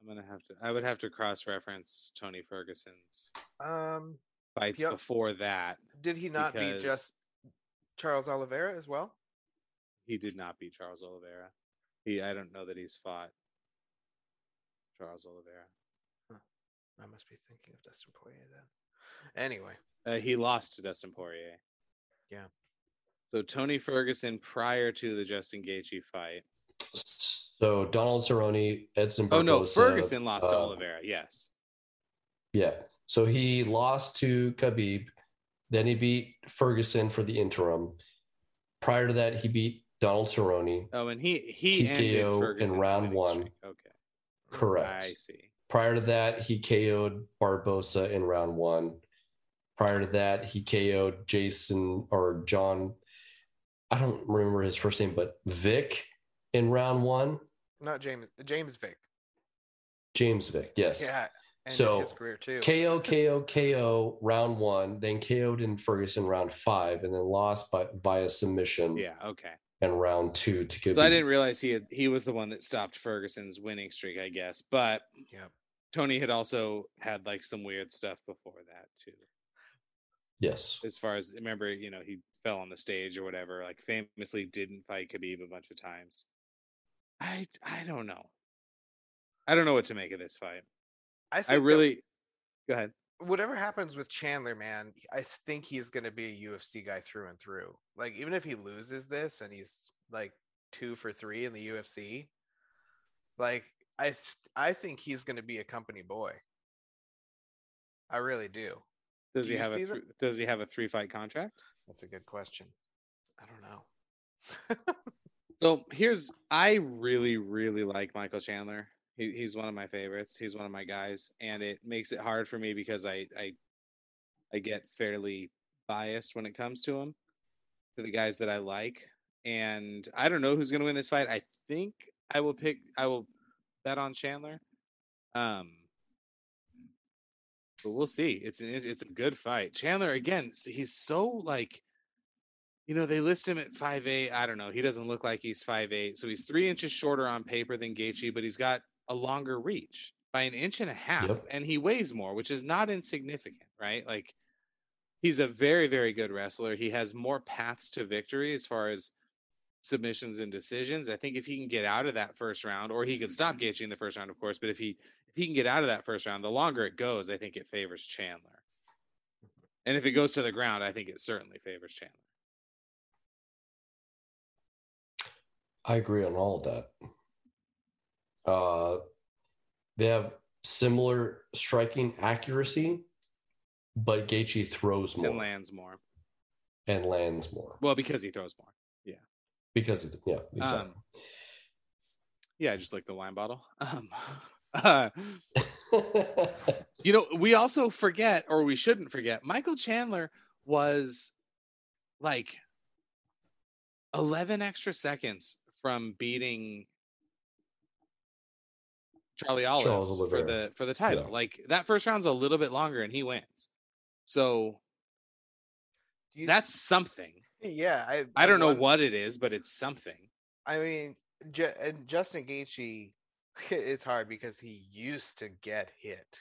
C: I'm gonna have to. I would have to cross-reference Tony Ferguson's
A: Um,
C: fights
A: Yep.
C: before that.
A: did he not
C: Because-
A: be just Charles Oliveira as well?
C: He did not beat Charles Oliveira. He. I don't know that he's fought Charles Oliveira.
A: I must be thinking of Dustin Poirier then. Anyway,
C: Uh, he lost to Dustin Poirier.
A: Yeah.
C: So Tony Ferguson prior to the Justin Gaethje fight.
B: So Donald Cerrone, Edson.
C: Oh no,
B: Barboza,
C: Ferguson lost to
B: uh,
C: Oliveira. Yes.
B: Yeah. So he lost to Khabib. Then he beat Ferguson for the interim. Prior to that, he beat Donald Cerrone.
C: Oh, and he he ended
B: TKO in
C: Ferguson's
B: round
C: winning
B: one.
C: streak. Okay,
B: Correct.
C: I see.
B: Prior to that, he KO'd Barbosa in round one. Prior to that, he KO'd Jason or John. I don't remember his first name, but Vic in round one.
A: not James James Vick.
B: James Vic. Yes.
A: Yeah, ended his
B: So,
A: career too.
B: KO, KO, KO, round one, then KO'd in Ferguson round five, and then lost by via submission
C: Yeah. Okay.
B: and round two to Khabib.
C: So I didn't realize he had, he was the one that stopped Ferguson's winning streak. I guess, but
A: Yep.
C: Tony had also had like some weird stuff before that too.
B: Yes.
C: As far as remember, you know, he fell on the stage or whatever. Like famously, didn't fight Khabib a bunch of times. I I don't know. I don't know what to make of this fight. I
A: think that
C: really. Go ahead.
A: whatever happens with Chandler, man, I think he's going to be a UFC guy through and through. Like, even if he loses this and he's like two for three in the UFC, like, I, s- I think he's going to be a company boy. I really do.
C: Does
A: Do
C: he
A: you
C: have a
A: see the-
C: th- Does he have a three fight contract?
A: That's a good question. I don't know.
C: So here's I really really like Michael Chandler. He, he's one of my favorites. He's one of my guys, and it makes it hard for me because I I I get fairly biased when it comes to him, to the guys that I like. And I don't know who's going to win this fight. I think I will pick. I will bet on Chandler. Um, but we'll see. It's an, it's a good fight. Chandler again. s- He's so like you know, they list him at 5'8. I don't know. He doesn't look like he's 5'8. So he's three inches shorter on paper than Gaethje, but he's got a longer reach by an inch and a half.
B: Yep.
C: And he weighs more, which is not insignificant, right? Like he's a very, very good wrestler. He has more paths to victory as far as submissions and decisions. I think if he can get out of that first round, or he could stop Gaethje in the first round, of course, but if he if he can get out of that first round, the longer it goes, I think it favors Chandler. And if it goes to the ground, I think it certainly favors Chandler.
B: I agree on all of that. Uh, they have similar striking accuracy, but Gaethje throws more
C: and lands more.
B: and lands more
C: Well, because he throws more.
B: because of yeah
C: Um,
B: exactly.
C: Yeah, I just like the wine bottle. Um, uh, you know, we also forget, or we shouldn't forget, Michael Chandler was like 11 extra seconds from beating Charlie Olives for
B: Oliveira.
C: the for the title.
B: Yeah.
C: Like that first round's a little bit longer, and he wins. So
A: Do you-
C: that's something.
A: yeah. I,
C: I don't know
A: wonder-
C: what it is, but it's something.
A: I mean, Ju- and Justin Gaethje, it's hard because he used to get hit,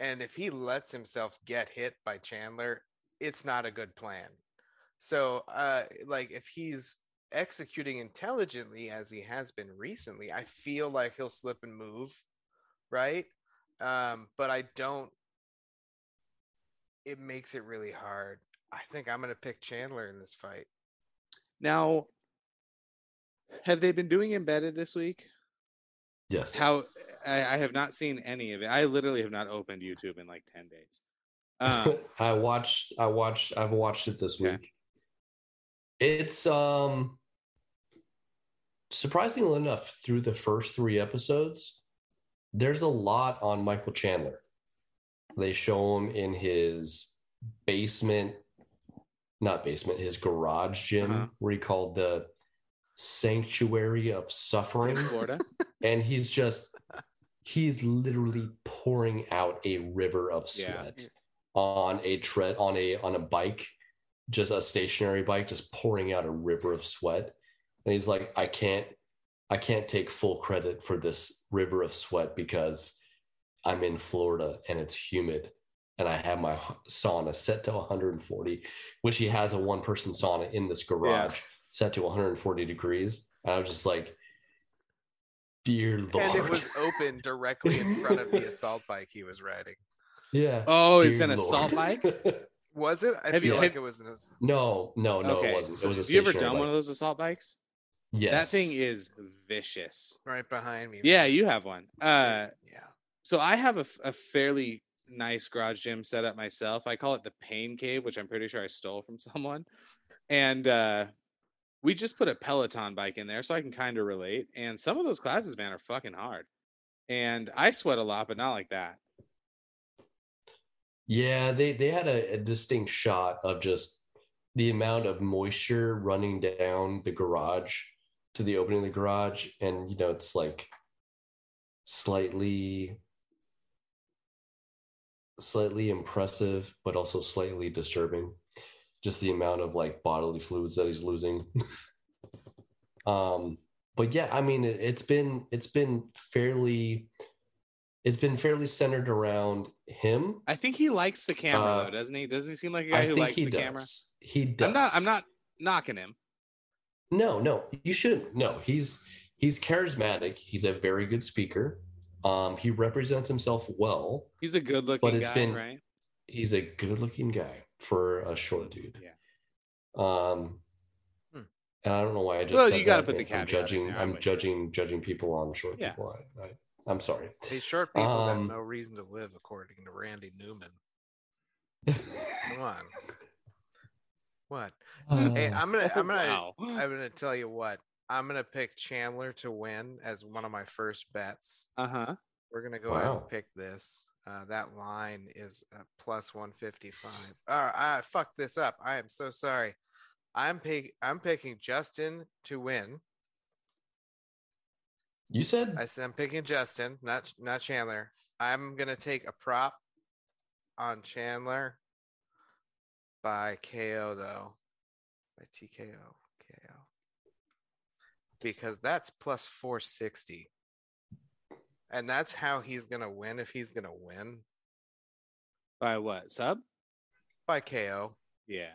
A: and if he lets himself get hit by Chandler, it's not a good plan. So, uh, like if he's executing intelligently as he has been recently, I feel like he'll slip and move, right? Um, but I don't. It makes it really hard. I think I'm gonna pick Chandler in this fight.
C: Now, have they been doing embedded this week?
B: yes
C: How I, I have not seen any of it. I literally have not opened YouTube in like ten days. Um,
B: I watched I watched I've watched it this
C: Okay.
B: week. It's um surprisingly enough, through the first three episodes, there's a lot on Michael Chandler. They show him in his basement, not basement, his garage gym,
A: Uh-huh.
B: where he called the sanctuary of
C: in
B: suffering.
C: Florida.
B: and he's just he's literally pouring out a river of
C: Yeah.
B: sweat on a tread on a on a bike just a stationary bike just pouring out a river of sweat and he's like i can't i can't take full credit for this river of sweat because i'm in florida and it's humid and i have my h- sauna set to 140 which he has a one person sauna in this garage set to 140 degrees and i was just like dear lord
A: And it was open directly in front of the assault bike he was riding.
B: yeah
C: Oh, it's
B: Dear
C: an
B: Lord.
C: assault bike.
A: Was it? I
C: Have you-
A: feel like
C: have-
A: it was. An, ass-
B: no no no
C: okay.
B: it wasn't it was a
C: have you ever
B: stationary
C: done
B: bike.
C: one of those assault bikes?
B: Yes.
C: That thing is vicious.
A: right behind me.
C: Yeah, you have one. Uh,
A: yeah.
C: so I have a, f- a fairly nice garage gym set up myself. I call it the pain cave, which I'm pretty sure I stole from someone. And uh, we just put a Peloton bike in there so I can kind of relate. And some of those classes, man, are fucking hard. And I sweat a lot, but not like that.
B: Yeah, they they had a, a distinct shot of just the amount of moisture running down the garage to the opening of the garage, and you know it's like slightly slightly impressive, but also slightly disturbing. Just the amount of like bodily fluids that he's losing. um, but yeah, I mean it, it's been it's been fairly it's been fairly centered around him
C: I think he likes the camera
B: Uh,
C: though, doesn't he? Doesn't he seem like a guy who likes the camera?
B: He does.
C: I'm not. I'm not knocking him.
B: No, no, you shouldn't. No, he's he's charismatic. He's a very good speaker. Um, he represents himself well.
C: He's a good-looking
B: it's
C: guy,
B: been-
C: right?
B: He's a good-looking guy for a short dude.
C: Yeah.
B: Um,
A: Hmm.
B: and I don't know why I just.
C: Well,
B: said
C: you gotta
B: that.
C: put the
B: I'm
C: caveat in
B: judging.
C: there,
B: I'm
C: but-
B: judging judging people on short
C: Yeah.
B: people. I, I, I'm sorry.
A: These short people
B: Um,
A: have no reason to live, according to Randy Newman. Come on. What? Hey, I'm gonna. I'm gonna.
C: uh, Wow.
A: I'm gonna tell you what. I'm gonna pick Chandler to win as one of my first bets.
C: Uh huh.
A: We're gonna go ahead
B: Wow.
A: and pick this. Uh, that line is uh, plus one fifty five. Uh, I fucked this up. I am so sorry. I'm pick. I'm picking Justin to win.
B: you said
A: I said I'm picking Justin, not not Chandler. I'm gonna take a prop on Chandler by KO though, by TKO KO, because that's plus four sixty, and that's how he's gonna win if he's gonna win
C: By what sub?
A: by KO.
C: Yeah.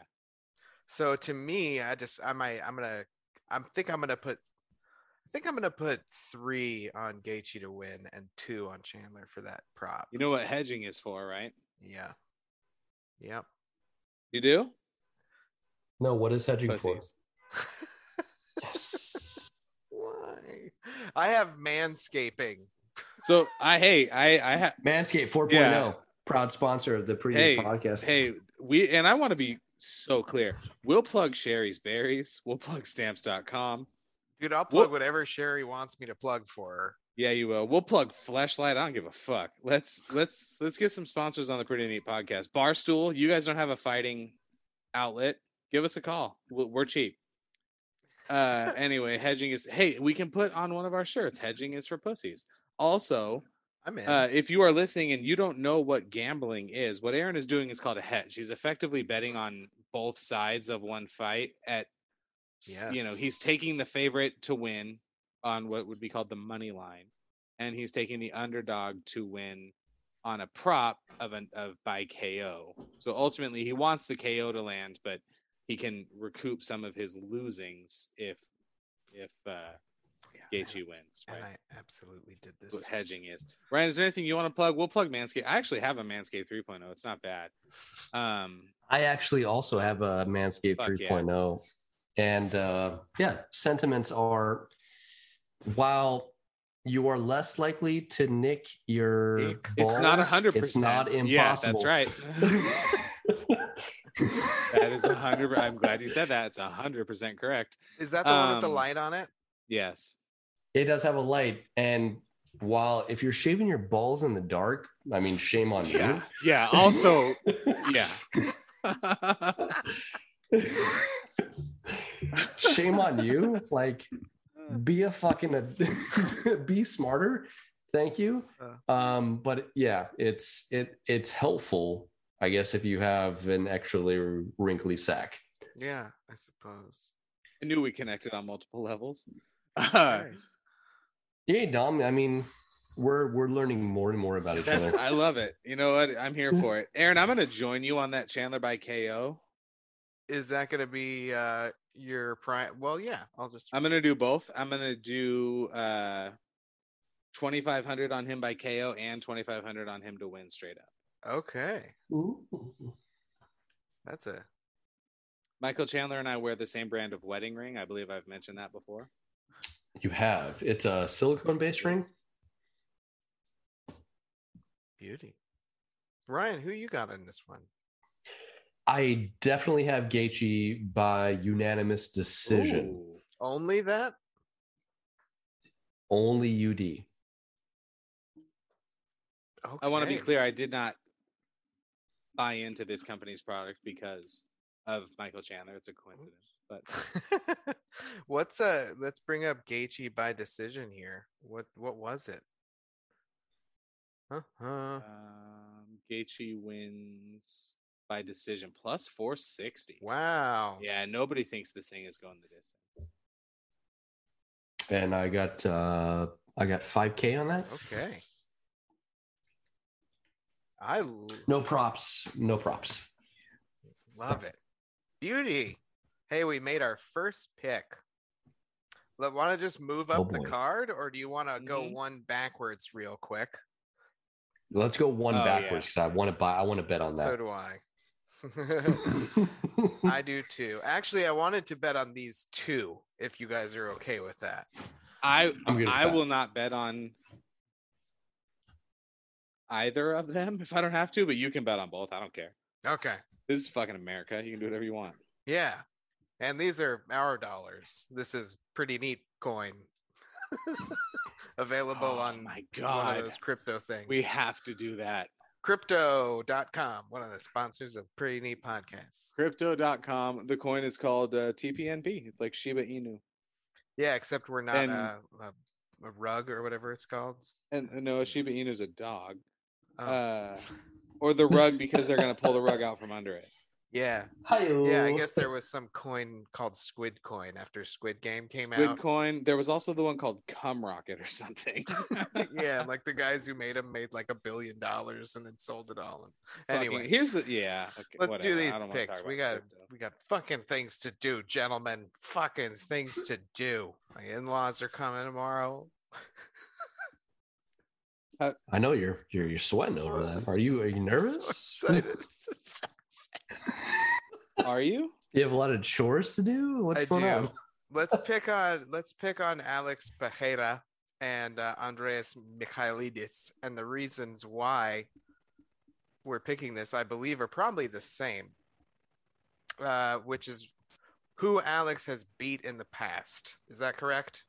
A: So to me, I just I might I'm gonna I think I'm gonna put I think I'm gonna put three on Gaethje to win and two on Chandler for that prop.
C: You know what hedging is for, right?
A: Yeah. Yep.
C: You do?
B: no. What is hedging for?
C: Pussies.
B: Yes.
A: Why? I have manscaping.
C: So I hey I I ha-
B: Manscaped 4.0,
C: Yeah.
B: proud sponsor of the pre
C: Hey,
B: podcast.
C: hey we and I want to be so clear. We'll plug Sherry's berries. We'll plug stamps.com.
A: Dude, I'll plug
C: Wha-
A: whatever Sherry wants me to plug for her.
C: Yeah, you will. We'll plug flashlight. I don't give a fuck. Let's let's let's get some sponsors on the Pretty Neat podcast. Barstool, you guys don't have a fighting outlet. Give us a call. We're we're cheap. Uh, anyway, hedging is hey, we can put on one of our shirts. Hedging is for pussies. Also,
A: I'm in.
C: Uh, if you are listening and you don't know what gambling is, what Aaron is doing is called a hedge. He's effectively betting on both sides of one fight. At s- you know,
A: Yes.
C: he's taking the favorite to win on what would be called the money line, and he's taking the underdog to win on a prop of an of by KO. So ultimately, he wants the KO to land, but he can recoup some of his losings if if uh,
A: Yeah,
C: Gaethje wins. Right?
A: and I absolutely did
C: That's what
A: this.
C: hedging is. Ryan, is there anything you want to plug? We'll plug Manscaped. I actually have a Manscaped 3.0. It's not bad. Um,
B: I actually also have a Manscaped
C: Fuck yeah.
B: 3.0. And uh, yeah, sentiments are while you are less likely to nick your
A: Ick.
B: balls,
C: it's not 100%.
B: It's not impossible.
C: Yeah, that's right.
B: right.
C: That is a hundred. I'm glad you said that. It's a hundred percent correct.
A: Is that the one with the
C: Um,
A: light on it?
C: Yes.
B: It does have a light, and while if you're shaving your balls in the dark, I mean, shame on
C: Yeah. Yeah. Also,
B: you.
C: yeah.
B: shame on you. Like,
C: Uh.
B: be a fucking be smarter. Thank you.
C: Uh.
B: Um, but yeah, it's it it's helpful, I guess, if you have an extra layer wrinkly sack.
A: Yeah, I suppose.
C: I knew we connected on multiple levels. Uh,
A: Alright.
B: Yeah, Dom. I mean, we're we're learning more and more about each other.
C: That's, I love it. You know what? I'm here for it. Aaron, I'm going to join you on that Chandler by KO.
A: Is that going to be uh, your prime? Well, yeah, I'll just.
C: I'm going to do both. I'm going to do uh, 2,500 on him by KO and 2,500 on him to win straight up.
A: okay,
B: Ooh.
A: that's a.
C: Michael Chandler and I wear the same brand of wedding ring. I believe I've mentioned that before.
B: You have. It's a silicone based ring.
A: Beauty. Ryan, who you got in this one?
B: I definitely have Gaethje by unanimous decision.
C: Ooh.
A: Only that?
B: Only UD.
A: Okay.
C: I want to be clear. I did not buy into this company's product because of Michael Chandler. It's a coincidence. But
A: What's uh let's bring up Gaethje by decision here. What what was it? Uh-huh.
C: um, Gaethje wins by decision plus 460.
A: Wow.
C: Yeah, nobody thinks this thing is going the distance.
B: And I got uh I got 5k on that.
A: Okay. I l-
B: No props. No props.
A: love it. Beauty. Hey, we made our first pick. Want to just move up
B: Oh,
A: the
B: boy.
A: card, or do you want to go
C: Mhm.
A: one backwards real quick?
B: Let's go one
C: Oh, yeah.
B: backwards 'cause I want to buy I want to bet on
A: So
B: that.
A: do I. I do too. Actually, I wanted to bet on these two if you guys are okay with that.
C: I
B: I'm good with
C: I
B: that.
C: will not bet on either of them if I don't have to, but you can bet on both. I don't care.
A: Okay.
C: This is fucking America. You can do whatever you want.
A: Yeah. And these are our dollars. This is pretty neat coin available
C: Oh
A: on
C: my
A: one
C: God.
A: of those crypto things.
C: We have to do that.
A: crypto.com, one of the sponsors of Pretty Neat Podcasts.
C: Crypto.com. The coin is called uh, TPNP. It's like Shiba Inu.
A: Yeah, except we're not
C: And-
A: a, a, a rug or whatever it's called.
C: And and no, Shiba Inu is a dog.
A: Oh,
C: Uh, or the rug because they're going to pull the rug out from under it.
A: yeah.
B: Hi-yo.
A: Yeah, I guess there was some coin called Squid Coin after Squid Game came
C: Squid
A: out.
C: coin. There was also the one called Cum Rocket or something.
A: yeah, like the guys who made them made like a billion dollars and then sold it all. And
C: Fucking-
A: anyway,
C: here's the yeah. okay,
A: let's
C: whatever.
A: do
C: I
A: these
C: don't wanna talk
A: picks.
C: about
A: We got
C: crypto.
A: we got fucking things to do, gentlemen. Fucking things to do. My in-laws are coming tomorrow.
B: I know you're you're you're sweating over that. Are you are you
A: I'm so
B: nervous?
A: excited.
C: Are you?
B: You have a lot of chores to do? What's
A: I
B: going
A: do.
B: on?
A: let's pick on let's pick on Alex Pereira and uh, Andreas Michailidis and the reasons why we're picking this I believe are probably the same uh, which is who Alex has beat in the past is that correct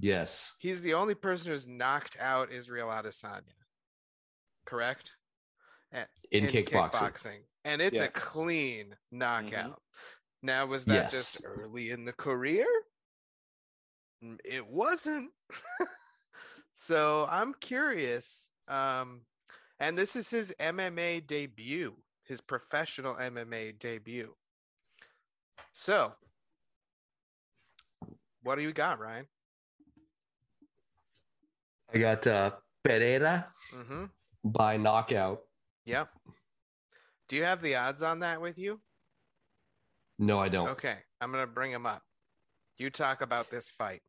B: Yes.
A: he's the only person who's knocked out Israel Adesanya correct
B: In, kickboxing.
A: and it's
C: Yes.
A: a clean knockout now was that just
B: Yes.
A: early in the career Mm, it wasn't so i'm curious um and this is his mma debut his professional mma debut so what do you got ryan
B: I got uh Pereira
A: mm-hmm
B: by knockout.
A: yep do you have the odds on that with you
B: No, I don't.
A: okay i'm gonna bring him up you talk about this fight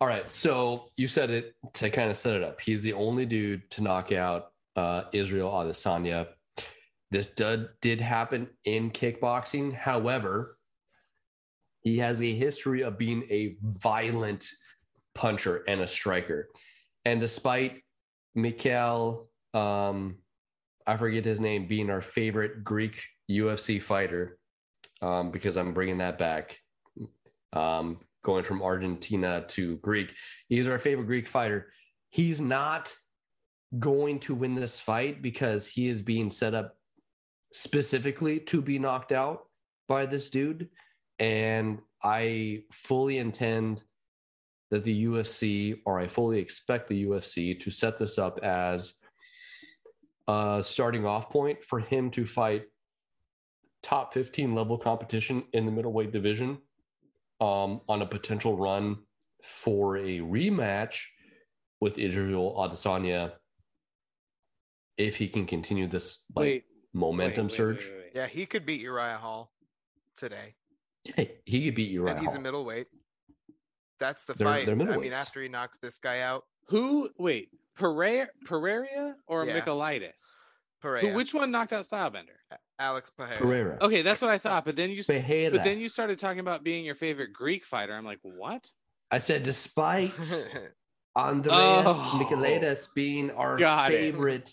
B: All right. So you said it to kind of set it up. He's the only dude to knock out uh, Israel Adesanya. This dud did happen in kickboxing. However, he has a history of being a violent puncher and a striker. And despite Mikhail, um, I forget his name, being our favorite Greek UFC fighter um, because I'm bringing that back. Um, going from Argentina to Greek. He's our favorite Greek fighter. He's not going to win this fight because he is being set up specifically to be knocked out by this dude. And I fully intend that the UFC, or I fully expect the UFC to set this up as a starting off point for him to fight top 15 level competition in the middleweight division um, on a potential run for a rematch with Israel Adesanya if he can continue this like
C: Wait,
B: momentum
C: wait, wait,
B: surge.
C: wait, wait, wait.
A: Yeah, he could beat Uriah Hall today,
B: Hey, he could beat Uriah.
A: and he's
B: Hall.
A: a middleweight. That's the
B: They're-
A: fight.
B: they're
A: I
B: middleweights.
A: mean, after he knocks this guy out,
C: Who? Wait, Pereira, Pereira or
A: Yeah.
C: Michaelitis?
A: Pereira,
C: Who, which one knocked out Stylebender?
A: Alex Pereira.
B: Pereira.
C: Okay, that's what I thought. But then you, s-
B: Pereira.
C: but then you started talking about being your favorite Greek fighter. I'm like, what?
B: I said, despite
A: Mm-hmm.
B: Andreas
C: Oh.
B: Michaelides being our
C: Got it.
B: favorite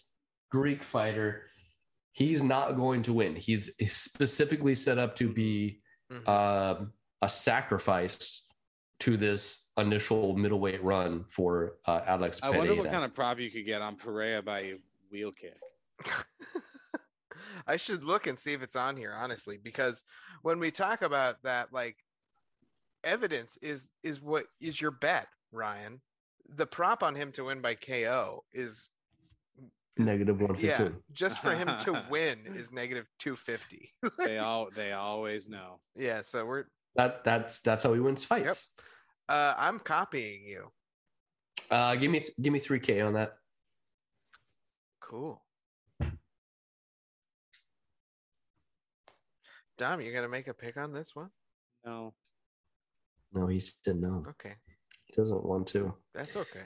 B: Greek fighter, he's not going to win. He's specifically set up to be
A: Mhm.
B: um, a sacrifice to this initial middleweight run for uh, Alex
C: I
B: Pereira.
C: wonder what kind of prop you could get on Pereira by a wheel kick.
A: I should look and see if it's on here, honestly, because when we talk about that, like evidence is is what is your bet, Ryan. The prop on him to win by KO is
B: negative one
A: yeah, just for him to win is negative two fifty.
C: They all, they always know.
A: yeah, so we're
B: That that's that's how he wins fights.
A: uh I'm copying you.
B: Uh, give me give me three K on that.
A: Cool. Dom, you gonna make a pick on this one?
C: No,
B: No, he said no.
A: Okay.
B: He doesn't want to.
A: That's okay.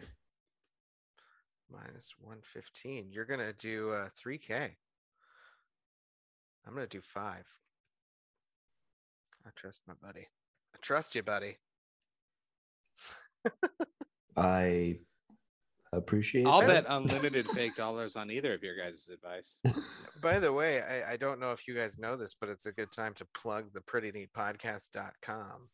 A: Minus 115. You're going to do uh, 3K. I'm going to do five. I trust my buddy. I trust you, buddy.
B: I appreciate.
C: I'll
B: that.
C: bet unlimited fake dollars on either of your guys' advice.
A: By the way, I, I don't know if you guys know this, but it's a good time to plug the prettyneatpodcast.com.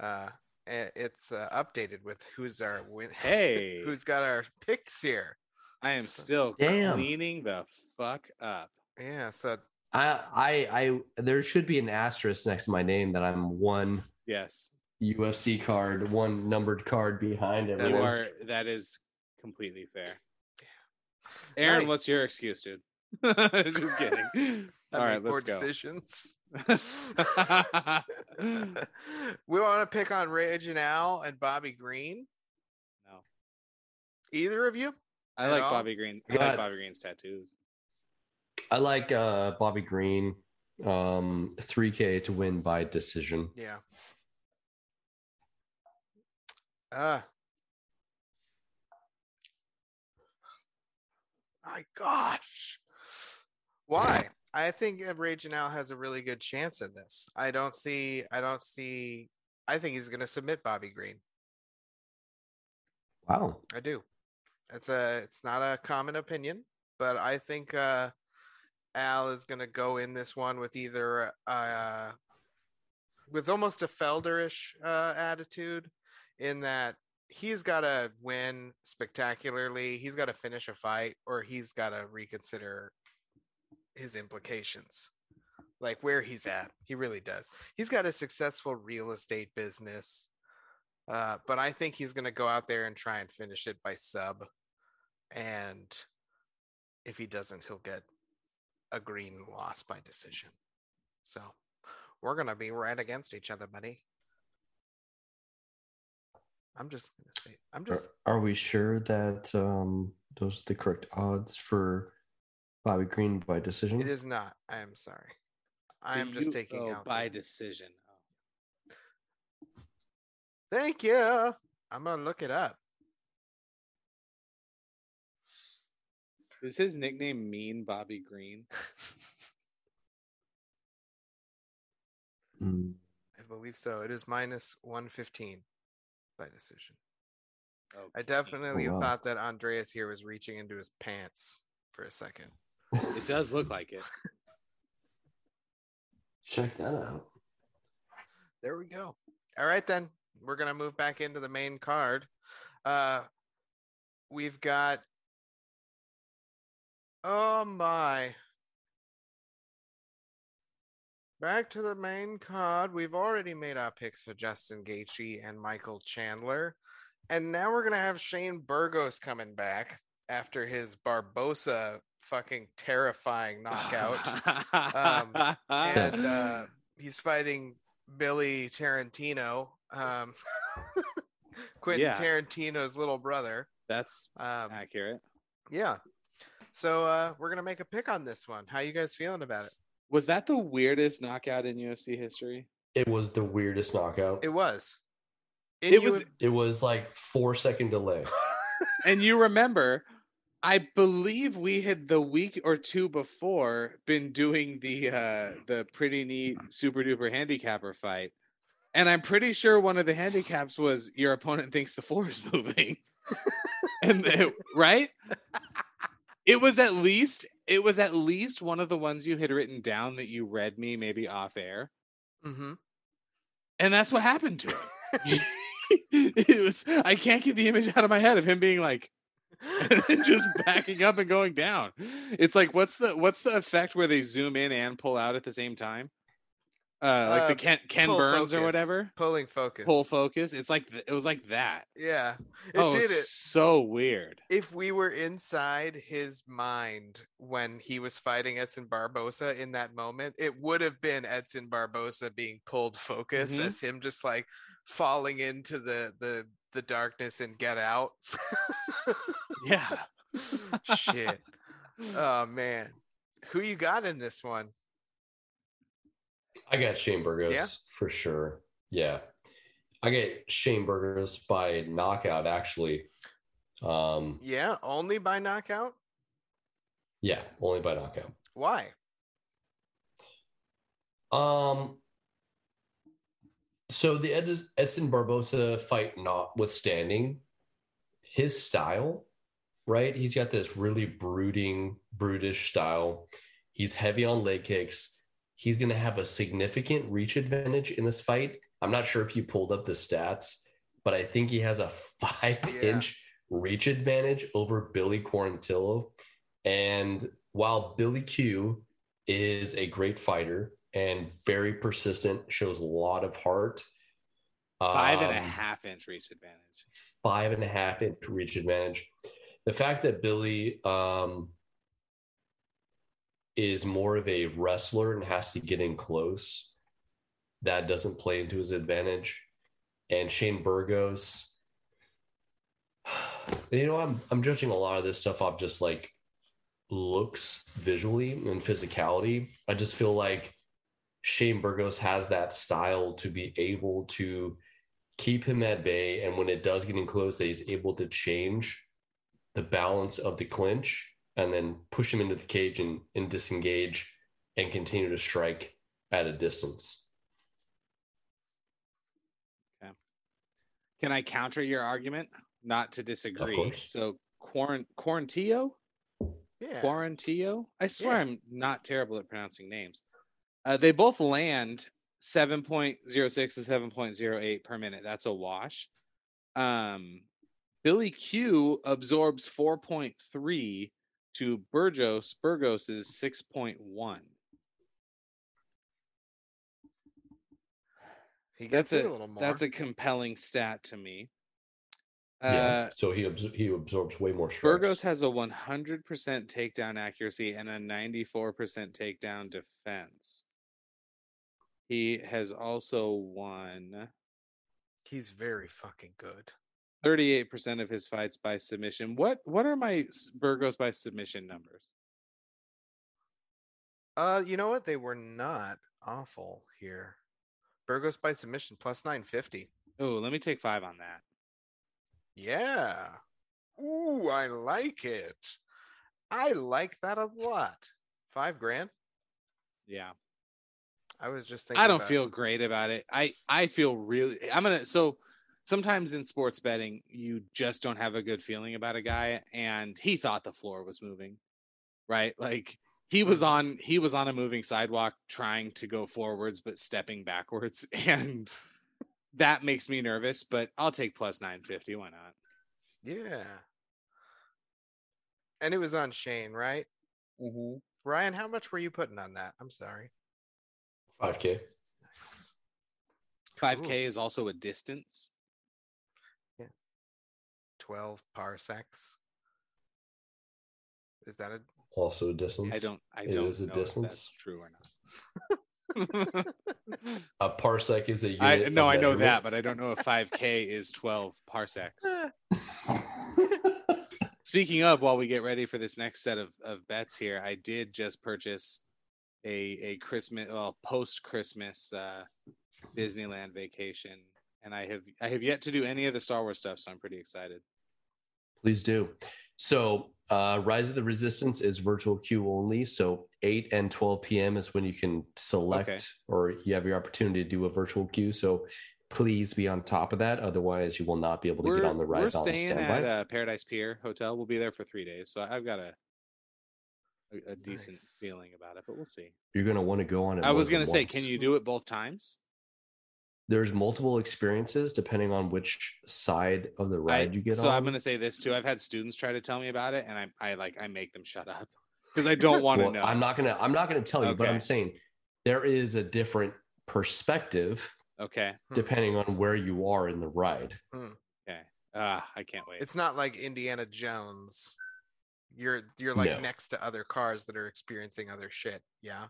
A: Uh, eh, it's uh, updated with who's our win-
C: Hey,
A: who's got our picks here.
C: I am still
B: Damn.
C: cleaning the fuck up.
A: Yeah, so
B: I I I there should be an asterisk next to my name that I'm one
C: Yes,
B: UFC card, one numbered card behind
A: That
C: you
B: everyone.
A: is-
C: are. That is completely fair. Aaron,
A: Nice.
C: what's your excuse, dude? Just kidding.
A: I
C: All right,
A: make more
C: let's go.
A: decisions.
C: no,
A: we want to pick on Reginald and Bobby Green. Either of you?
C: I
A: At
C: like
A: all?
C: Bobby Green. I
B: God.
C: like Bobby Green's tattoos.
B: I like uh, Bobby Green, um, 3K to win by decision.
A: Yeah. Uh. My gosh. Why? I think Reginald has a really good chance in this. I don't see. I don't see. I think he's going to submit Bobby Green.
B: Wow,
A: I do. It's a it's not a common opinion, but I think uh Al is gonna go in this one with either uh with almost a Felderish uh attitude in that he's gotta win spectacularly, he's gotta finish a fight, or he's gotta reconsider his implications. Like where he's at. He really does. He's got a successful real estate business. Uh, but I think he's going to go out there and try and finish it by sub. And if he doesn't, he'll get a green loss by decision. So we're going to be right against each other, buddy. I'm just going to say, I'm
B: are,
A: just,
C: Uh,
B: are we sure that um, those are the correct odds for Bobby Green by decision?
A: it is not. I am sorry. I am
C: But
A: just
C: you
A: taking
C: go
A: out.
C: by
A: the-
C: decision. Oh,
A: Thank you. I'm going to look it up.
C: Is his nickname Mean Bobby Green?
B: Mm.
A: I believe so. It is minus 115 by decision.
C: Oh,
A: I definitely
B: wow.
A: thought that Andreas here was reaching into his pants for a second.
C: It does look like it.
B: Check that out.
A: There we go. All right, then we're gonna move back into the main card. Uh, we've got. Oh my. Back to the main card. We've already made our picks for Justin Gaethje and Michael Chandler, and now we're gonna have Shane Burgos coming back after his Barbosa fucking terrifying knockout. Um, and uh, he's fighting Billy Tarantino, um, Quentin
C: Yeah.
A: Tarantino's little brother.
C: That's
A: Um,
C: accurate.
A: yeah. So uh, we're gonna make a pick on this one. How you guys feeling about it?
C: Was that the weirdest knockout in UFC history?
B: It was the weirdest knockout.
A: It
B: It,
A: was.
C: It was-
B: was like four second delay.
C: And you remember, I believe we had the week or two before been doing the uh the pretty neat super duper handicapper fight. And I'm pretty sure one of the handicaps was your opponent thinks the floor is moving. and the- right? It was at least it was at least one of the ones you had written down that you read me maybe off air.
A: hmm
C: And that's what happened to him. it was I can't get the image out of my head of him being like and
A: Mm-hmm.
C: then just backing up and going down. It's like what's the what's the effect where they zoom in and pull out at the same time? Uh, like the
A: Uh,
C: Ken, Ken
A: pull
C: Burns or
A: focus.
C: whatever.
A: Pulling focus.
C: Pull focus. It's like th- it was like that.
A: yeah. It
C: oh,
A: did it.
C: so weird.
A: If we were inside his mind when he was fighting Edson Barbosa in that moment, it would have been Edson Barbosa being pulled focus
C: Mhm.
A: as him just like falling into the the the darkness and get out.
C: Yeah.
A: Shit. Oh man. Who you got in this one?
B: I got Shane Burgos
A: Yeah?
B: for sure. Yeah. I get Shane Burgos by knockout, actually. Um,
A: Yeah, only by knockout?
B: yeah, only by knockout.
A: Why?
B: Um. So the Ed- Edson Barbosa fight, notwithstanding, his style, right? He's got this really brooding, brutish style. He's heavy on leg kicks. He's going to have a significant reach advantage in this fight. I'm not sure if you pulled up the stats, but I think he has a five inch reach advantage over Billy Quarantillo. And while Billy Q is a great fighter and very persistent, shows a lot of heart.
C: Five and a
B: um,
C: half inch reach advantage.
B: five and a half inch reach advantage. The fact that Billy um, is more of a wrestler and has to get in close, that doesn't play into his advantage. And Shane Burgos, you know, I'm I'm judging a lot of this stuff off just like looks visually and physicality. I just feel like Shane Burgos has that style to be able to keep him at bay. And when it does get in close, that he's able to change the balance of the clinch and then push him into the cage and, and disengage and continue to strike at a distance.
C: Can I counter your argument? Not to disagree.
B: course.
C: so Quarant Quarantillo?
A: Yeah.
C: Quarantillo. I swear
A: Yeah.
C: I'm not terrible at pronouncing names. Uh, they both land 7.06 to 7.08 per minute. That's a wash. Um, Billy Q absorbs 4.3 to Burgos Burgos's 6.1.
A: he gets
C: That's
A: it a little more.
C: That's a compelling stat to me. Uh,
B: yeah. So he absor- he absorbs way more strikes.
C: Burgos has a 100% takedown accuracy and a 94% takedown defense. He has also won
A: He's very fucking good.
C: 38% of his fights by submission. What what are my s- Burgos by submission numbers?
A: Uh, you know what? They were not awful here. Burgos by submission plus 950.
C: Oh, let me take 5 on that.
A: Yeah. Ooh, I like it. I like that a lot. Five grand.
C: Yeah.
A: I was just thinking.
C: I don't
A: about-
C: feel great about it. I I feel really I'm going to so sometimes in sports betting you just don't have a good feeling about a guy and he thought the floor was moving. Right? Like he
B: Mm-hmm.
C: was on he was on a moving sidewalk trying to go forwards but stepping backwards and that makes me nervous but i'll take plus 950 why not
A: Yeah. And it was on Shane, right?
C: mm-hmm.
A: Ryan, how much were you putting on that? I'm sorry.
B: 5K.
A: Nice.
C: 5k
A: Cool.
C: is also a distance
A: 12 parsecs. Is that a
B: Also a distance.
C: i don't i
B: It
C: don't
B: is a
C: know if that's
B: distance.
C: true or not
B: A parsec is a unit.
C: i
B: of
C: no i know that
B: measurement.
C: but i don't know if 5k is 12 parsecs
A: Eh,
C: Speaking of, while we get ready for this next set of, of bets here, I did just purchase a a Christmas well post Christmas uh, Disneyland vacation, and I have I have yet to do any of the Star Wars stuff, so I'm pretty excited.
B: Please do. So, uh, Rise of the Resistance is virtual queue only. So, 8 and 12 p.m. is when you can select
C: Okay.
B: or you have your opportunity to do a virtual queue. So, please be on top of that. Otherwise, you will not be able to
C: We're,
B: get on the ride
C: we're
B: on
C: staying
B: standby.
C: at uh, Paradise Pier Hotel. We'll be there for three days, so I've got a a, a decent
A: Nice.
C: feeling about it, but we'll see.
B: You're going to want to go on it.
C: I
B: more
C: was
B: than
C: gonna say,
B: once.
C: can you do it both times?
B: There's multiple experiences depending on which side of the ride
C: I-
B: you get
C: so
B: on.
C: I'm gonna say this too. I've had students try to tell me about it, and I I like I make them shut up because I don't want to
B: Well,
C: know.
B: I'm not gonna. I'm not gonna tell you, but
C: Okay.
B: I'm saying there is a different perspective
C: okay.
A: Hmm.
B: depending on where you are in the ride.
C: Uh, I can't wait.
A: It's not like Indiana Jones. You're you're like
B: No.
A: next to other cars that are experiencing other shit. Yeah.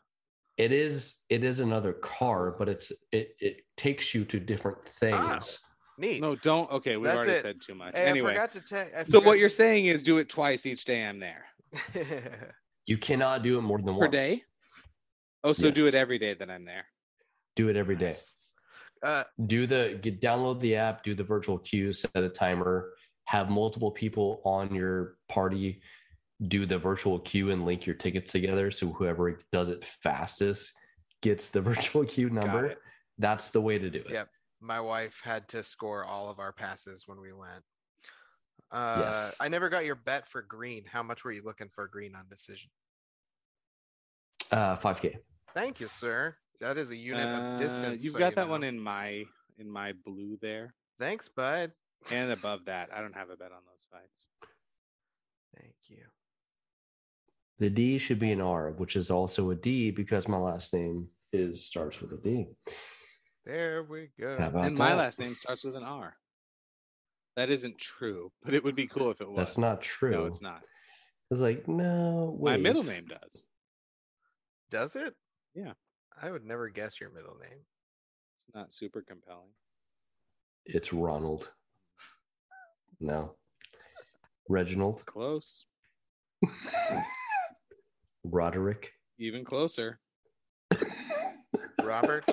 B: It is. It is another car, but it's. It it takes you to
C: Ah.
B: different things.
A: Neat.
C: No, don't. Okay, we've
A: That's
C: already
A: it.
C: said too much.
A: Hey, I
C: anyway,
A: forgot to tell.
C: so what you're saying is do it twice each day I'm there
B: You cannot do it more than
C: per
B: once.
C: day. Oh, so do
B: Yes.
C: it every day that I'm there.
B: Do it every day.
A: Uh,
B: Do the get download the app. Do the virtual queue. Set a timer. Have multiple people on your party do the virtual queue and link your tickets together. So whoever does it fastest gets the virtual queue number.
C: it.
B: That's the way to do it.
A: Yep. my wife had to score all of our passes when we went. Uh,
B: Yes.
A: I never got your bet for green. How much were you looking for green on decision?
B: Uh, 5K.
A: Thank you, sir. That is a unit
C: Uh,
A: of distance.
C: you've
A: so
C: got
A: you
C: that one
A: know.
C: in my in my blue there,
A: Thanks, bud.
C: and above that, I don't have a bet on those fights.
A: Thank you.
B: The D should be an R, which is also a D because my last name is starts with a D.
A: There we go.
B: How about
C: and my
B: that?
C: last name starts with an R. That isn't true, but it would be cool if it was.
B: That's not true.
C: No, it's not.
B: It's like no. Wait.
C: My middle name does.
A: Does it?
C: Yeah.
A: I would never guess your middle name.
C: It's not super compelling.
B: It's Ronald. No. Reginald.
C: Close,
B: Roderick.
C: even closer.
A: Robert.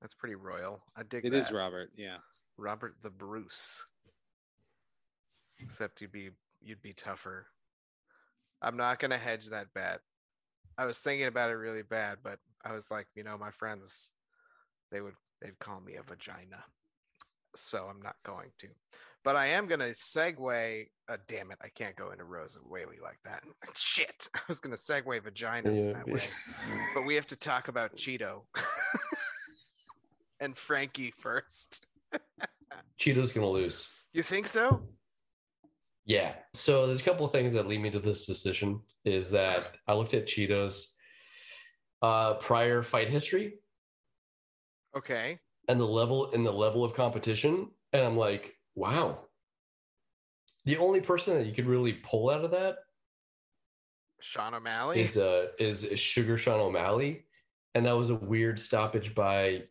A: That's pretty royal. I dig
C: It
A: that.
C: is Robert. Yeah.
A: Robert the Bruce. Except you'd be you'd be tougher. I'm not gonna hedge that bet. I was thinking about it really bad, but I was like, you know, my friends, they would they'd call me a vagina. So I'm not going to. But I am gonna segue uh, damn it, I can't go into Rose and Whaley like that. Shit. I was gonna segue vaginas that way. But we have to talk about Cheeto and Frankie first.
B: Cheeto's gonna lose.
A: You think so?
B: Yeah. So there's a couple of things that lead me to this decision is that I looked at Cheeto's uh, prior fight history
A: Okay.
B: and the level and the level of competition, and I'm like, wow. The only person that you could really pull out of that
A: Sean O'Malley.
B: is uh is Sugar Sean O'Malley, and that was a weird stoppage by,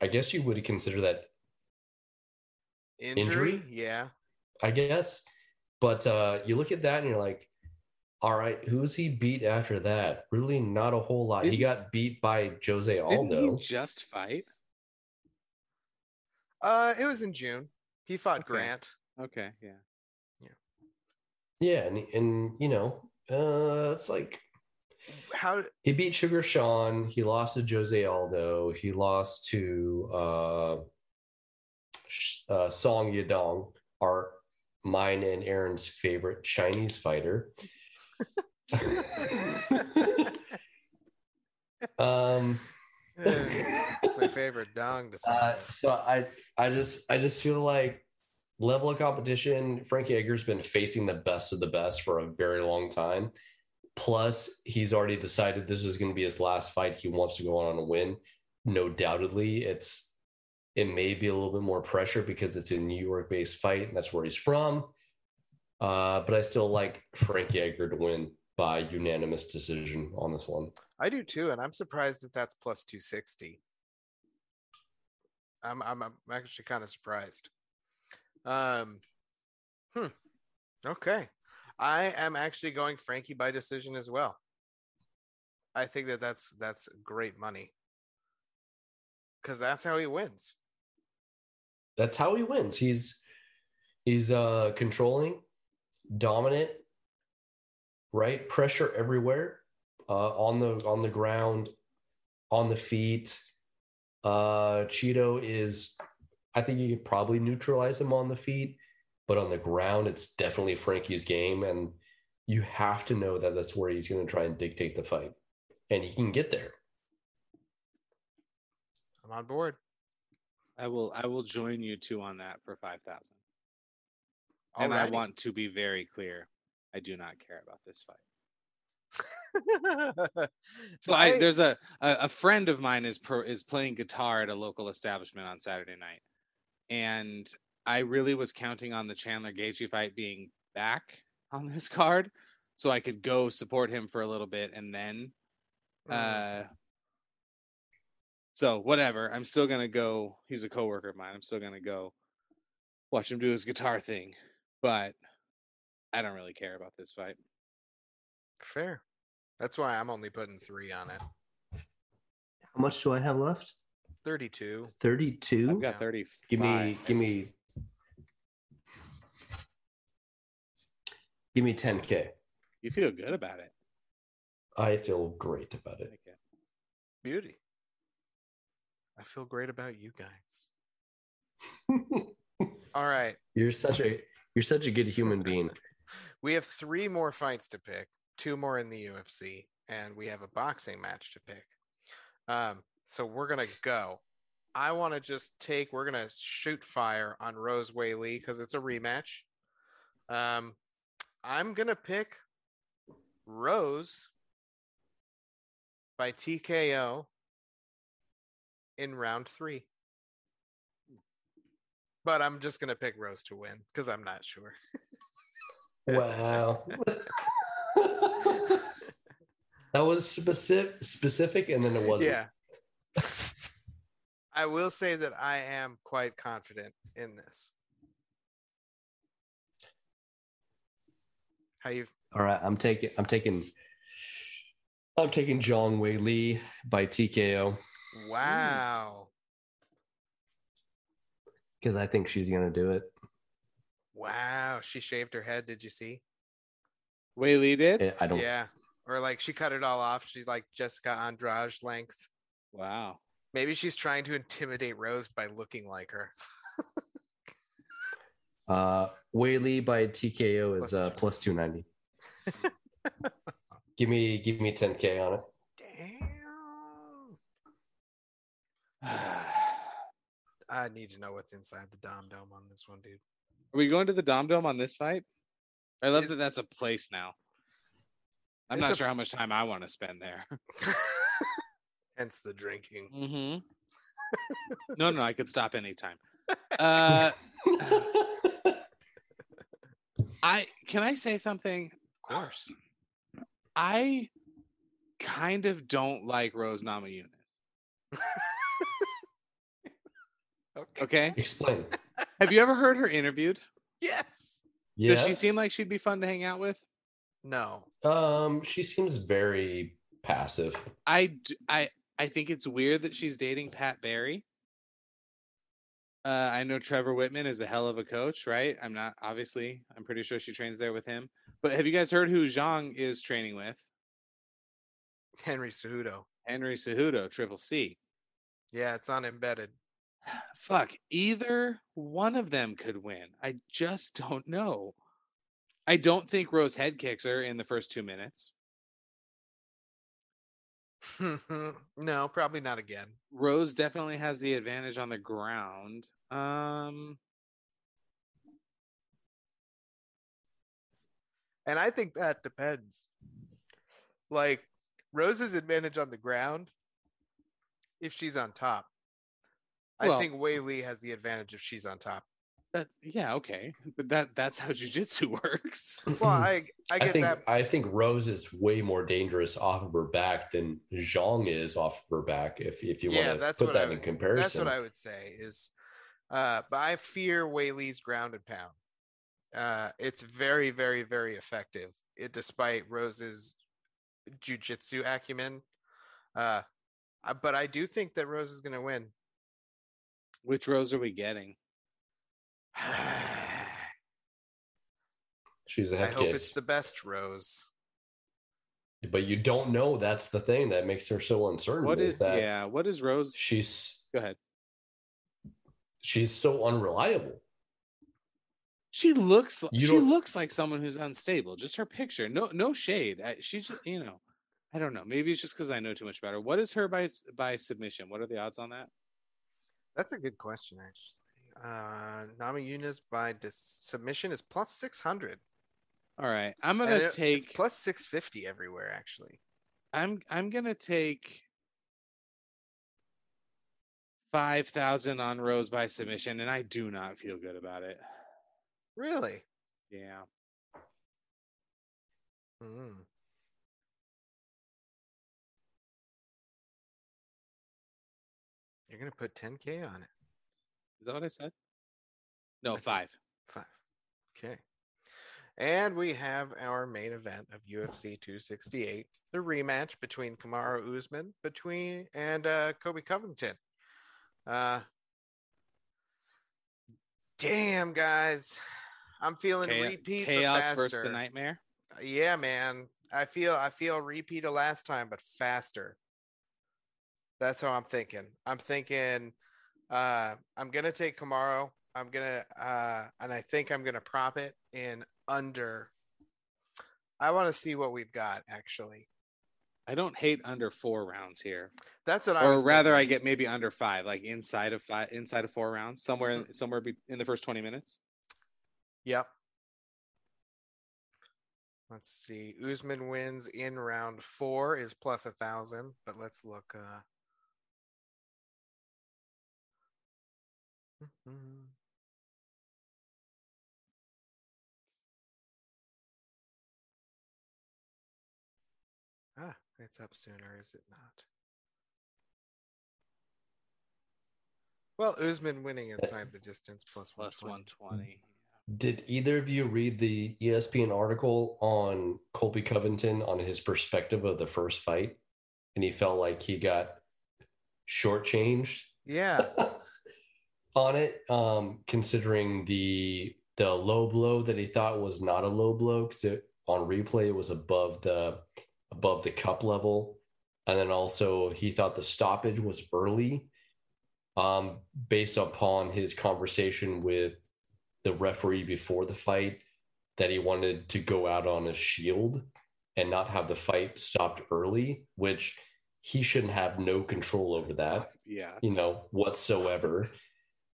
B: I guess you would consider that
A: Injury?
B: injury?
A: Yeah.
B: I guess. But uh, you look at that and you're like, all right, who's he beat after that? Really, not a whole lot. he
C: Didn't-
B: got beat by Jose Aldo.
C: Didn't he just fight?
A: Uh it was in June. He fought
C: Okay.
A: Grant.
C: Okay, yeah.
B: Yeah, and, and you know, uh, it's like
A: How
B: he beat Sugar Sean. He lost to Jose Aldo. He lost to uh, Sh- uh, Song Yadong, our mine and Aaron's favorite Chinese fighter. um,
A: it's my favorite dong to sing.
B: uh, so I, I just, I just feel like level of competition. Frankie Edgar's been facing the best of the best for a very long time. Plus, he's already decided this is going to be his last fight. He wants to go on a win. No doubtedly, it's it may be a little bit more pressure because it's a New York based fight and that's where he's from. Uh, but I still like Frankie Edgar to win by unanimous decision on this one.
A: I do too, and I'm surprised that that's plus 260. I'm I'm, I'm actually kind of surprised. Um, hmm. Okay, I am actually going Frankie by decision as well. I think that that's that's great money because that's how he wins.
B: That's how he wins. He's he's uh, controlling, dominant, right? Pressure everywhere, uh, on the on the ground, on the feet. Uh, Cheeto is, I think you could probably neutralize him on the feet, but on the ground, it's definitely Frankie's game, and you have to know that that's where he's going to try and dictate the fight, and he can get there.
A: I'm on board.
C: I will I will join you two on that for five thousand. And I
A: Alrighty.
C: want to be very clear. I do not care about this fight. So I, there's a, a a friend of mine is pro, is playing guitar at a local establishment on Saturday night, and I really was counting on the Chandler Gaethje fight being back on this card, so I could go support him for a little bit, and then,
A: Hmm,
C: uh, so whatever. I'm still gonna go. He's a coworker of mine. I'm still gonna go watch him do his guitar thing, but I don't really care about this fight.
A: fair. That's why I'm only putting three on it.
D: How much do I have left?
A: 32.
C: I've
D: 32?
A: Yeah.
C: got thirty.
B: Give me, give me, give me 10k.
C: You feel good about it.
B: I feel great about it.
C: Like it.
A: Beauty. I feel great about you guys. All right.
B: You're such a you're such a good human being.
A: We have three more fights to pick, two more in the UFC, and we have a boxing match to pick. Um, so we're gonna go. I want to just take. We're gonna shoot fire on Rose Whaley because it's a rematch. Um, I'm gonna pick Rose by TKO in round three. But I'm just gonna pick Rose to win because I'm not sure.
B: Wow. that was specific specific and then it wasn't.
A: Yeah. I will say that I am quite confident in this. How you
B: All right, I'm taking I'm taking I'm taking John Way Lee by TKO
A: Wow.
B: because I think she's gonna do it.
A: Wow, she shaved her head, did you see?
C: Whaley did.
B: I- I don't
A: Yeah. Or like she cut it all off. She's like Jessica Andrade length.
C: Wow.
A: Maybe she's trying to intimidate Rose by looking like her.
B: uh Way Lee by TKO is
A: Plus
B: uh
A: two.
B: plus two ninety. give me give me ten K on it.
A: Damn.
C: Are
A: I need to know what's inside the Dom Dome on this one, dude.
C: we going to the Dom Dome on this fight? I love that
A: Is-
C: that's a place now. I'm
A: It's
C: not
A: a-
C: sure how much time I want to spend there.
A: Hence the drinking.
C: mm-hmm. no, no, I could stop anytime. Uh, I can I say something?
A: Of course.
C: I kind of don't like Rose Namajunas.
A: Okay.
C: Okay,
B: Explain.
C: have you ever heard her interviewed?
A: Yes.
B: Yes.
C: Does she seem like she'd be fun to hang out with?
A: No.
B: Um, she seems very passive.
C: I d- I I think it's weird that she's dating Pat Barry. Uh, I know Trevor Whitman is a hell of a coach, right? I'm not obviously. I'm pretty sure she trains there with him. But have you guys heard who Zhang is training with?
A: Henry Cejudo.
C: Henry Cejudo, Triple C.
A: Yeah, it's on embedded.
C: Fuck, either one of them could win. I just don't know. I don't think Rose head kicks her in the first two minutes.
A: no, probably not again.
C: Rose definitely has the advantage on the ground. Um,
A: And I think that depends. Like Rose's advantage on the ground if she's on top. I
C: Well-
A: think Whaley has the advantage if she's on top.
C: that's yeah, okay, but that that's how jujitsu works.
A: Well, I I
B: I
A: get
B: think
A: that.
B: I think Rose is way more dangerous off of her back than Zhang is off of her back. If if you
A: Yeah,
B: want to
A: that's
B: put
A: what I
B: that in
A: would-
B: comparison,
A: That's what I would say is uh but I fear Whaley's ground and pound. Uh it's very, very, very effective. It despite Rose's jujitsu acumen. Uh I- but I do think that Rose is gonna win.
C: Which Rose are we getting?
B: she's a
A: I
B: head
A: hope it's
B: case.
A: the best Rose.
B: but you don't know. That's the thing that makes her so uncertain.
C: What is
B: that?
C: yeah? What is Rose?
B: She's
C: Go ahead.
B: she's so unreliable.
C: She looks.
B: You
C: she
B: don't-
C: looks like someone who's unstable. Just her picture. No, no shade. I, she's just, you know, I don't know. Maybe it's just because I know too much about her. What is her by s- by submission? What are the odds on that?
A: That's a good question, actually. Uh, Nama Yunus by dis- submission is plus 600.
C: All right, I'm
A: And
C: gonna
A: it- it's
C: take.
A: plus 650 everywhere, actually.
C: I'm I'm gonna take five thousand on Rose by submission, and I do not feel good about it.
A: Really?
C: Yeah.
A: Mm. You're going to put 10K on it.
C: Is that what I said? No,
A: I think-
C: five.
A: Five. Okay. And we have our main event of UFC 268, the rematch between Kamara Usman between and uh, Kobe Covington. Uh, damn, guys, I'm feeling
C: Chao-
A: repeat but
C: chaos
A: faster.
C: versus the nightmare.
A: Yeah, man, I feel I feel repeat of last time, but faster. That's how I'm thinking. I'm thinking uh I'm gonna take Camaro. I'm gonna uh and I think I'm gonna prop it in under. I want to see what we've got actually.
C: I don't hate under four rounds here,
A: That's what I
C: or
A: was
C: rather, I
A: thinking.
C: get maybe under five, like inside of five, inside of four rounds, somewhere
A: Mm-hmm.
C: in, somewhere be, in the first twenty minutes.
A: Yep. Let's see. Usman wins in round four is plus a thousand, but let's look. Uh... Mhm. Ah, it's up sooner, is it not? Well, Usman winning inside the distance plus
C: Uh, Plus one
A: 120.
C: twenty.
B: Did either of you read the E ESPN article on Colby Covington on his perspective of the first fight? And he felt like he got shortchanged
A: Yeah.
B: on it, um, considering the the low blow that he thought was not a low blow because it on replay it was above the above the cup level, and then also he thought the stoppage was early, um, based upon his conversation with the referee before the fight that he wanted to go out on a shield and not have the fight stopped early, which he shouldn't have no control over that
C: Yeah.
B: you know, whatsoever,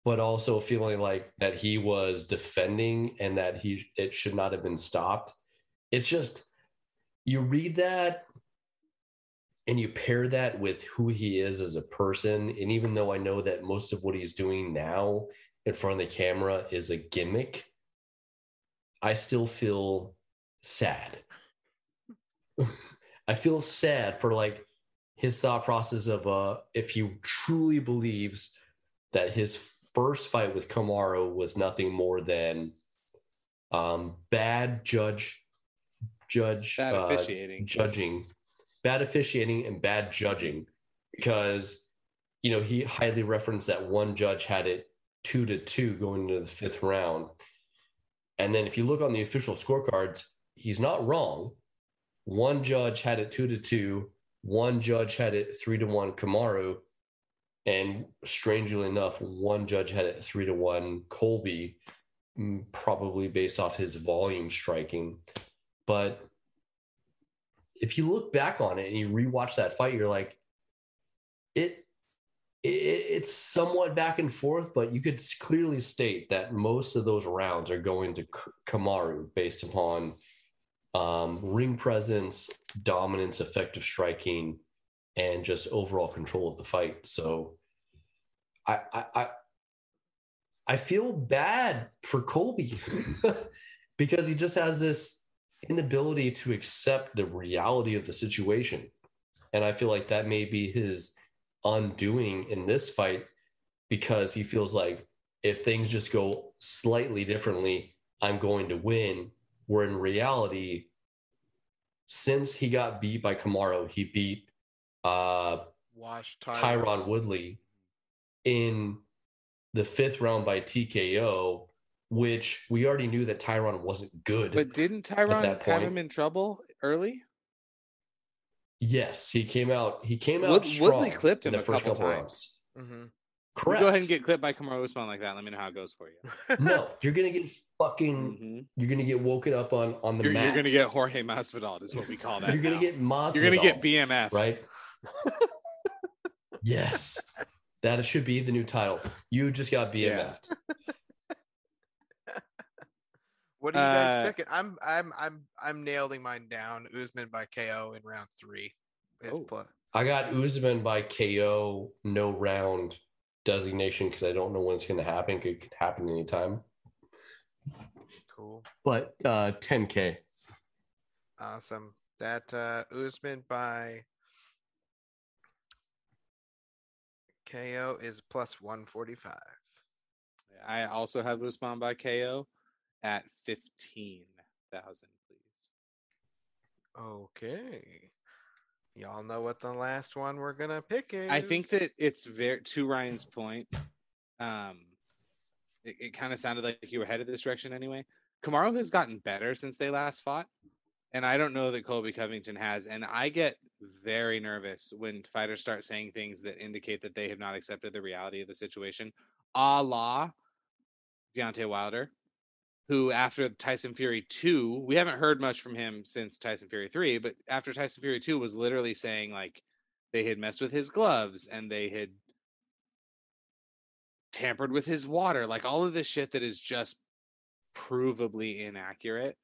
B: but also feeling like that he was defending and that he it should not have been stopped. It's just you read that and you pair that with who he is as a person. And even though I know that most of what he's doing now in front of the camera is a gimmick, I still feel sad. I feel sad for like his thought process of uh if he truly believes that his first fight with Kamaro was nothing more than um bad judge judge
C: Bad
B: uh,
C: officiating.
B: judging, bad officiating, and bad judging, because you know he highly referenced that one judge had it two to two going into the fifth round, and then if you look on the official scorecards, he's not wrong. One judge had it two to two. One judge had it three to one. Kamaru, and strangely enough, one judge had it three to one. Colby, mm, probably based off his volume striking. But if you look back on it and you rewatch that fight, you're like, it, it it's somewhat back and forth, but you could s- clearly state that most of those rounds are going to K- Kamaru based upon um, ring presence, dominance, effective striking, and just overall control of the fight. So, I I I, I feel bad for Colby because he just has this inability to accept the reality of the situation. And I feel like that may be his undoing in this fight because he feels like if things just go slightly differently, I'm going to win. Where in reality, since he got beat by Camaro, he beat uh,
A: Wash
B: Tyron Woodley in the fifth round by TKO, which we already knew that Tyron wasn't good.
C: But didn't
B: that
C: Tyron have
B: point-
C: him in trouble early?
B: Yes, he came out. He came out.
C: Wood-
B: strong
C: Woodley clipped
B: in
C: him
B: the
C: a
B: first
C: couple
B: couple
C: times.
B: rounds.
A: hmm
C: You
B: Correct.
C: Go ahead and get clipped by Kamaru Usman like that. Let me know how it goes for you.
B: no, you're gonna get fucking.
C: Mhm.
B: You're gonna get woken up on on Mm-hmm. the
C: You're,
B: mat.
C: you're gonna get Jorge Masvidal is what we call that.
B: You're gonna
C: now.
B: get Masvidal.
C: you're gonna get BMF.
B: right. yes, that should be the new title. You just got BMF.
C: Yeah.
A: What are you guys
C: Uh,
A: picking? I'm I'm I'm I'm nailing mine down. Usman by KO in round three. It's
C: Oh.
A: pla-
B: I got Usman by KO, no round designation because I don't know when it's gonna happen. It could happen anytime.
A: cool.
E: But uh, 10K.
A: Awesome. That uh Usman by KO is plus one forty five.
C: I also have Usman by KO at fifteen thousand, please.
A: Okay. Y'all know what the last one we're gonna pick is.
C: I think that it's very to Ryan's point. Um, it, it kind of sounded like you were headed this direction anyway. Kamaro has gotten better since they last fought, and I don't know that Colby Covington has. And I get very nervous when fighters start saying things that indicate that they have not accepted the reality of the situation, a la Deontay Wilder, who after Tyson Fury 2, we haven't heard much from him since Tyson Fury 3, but after Tyson Fury 2 was literally saying, like, they had messed with his gloves and they had tampered with his water, like all of this shit that is just provably inaccurate.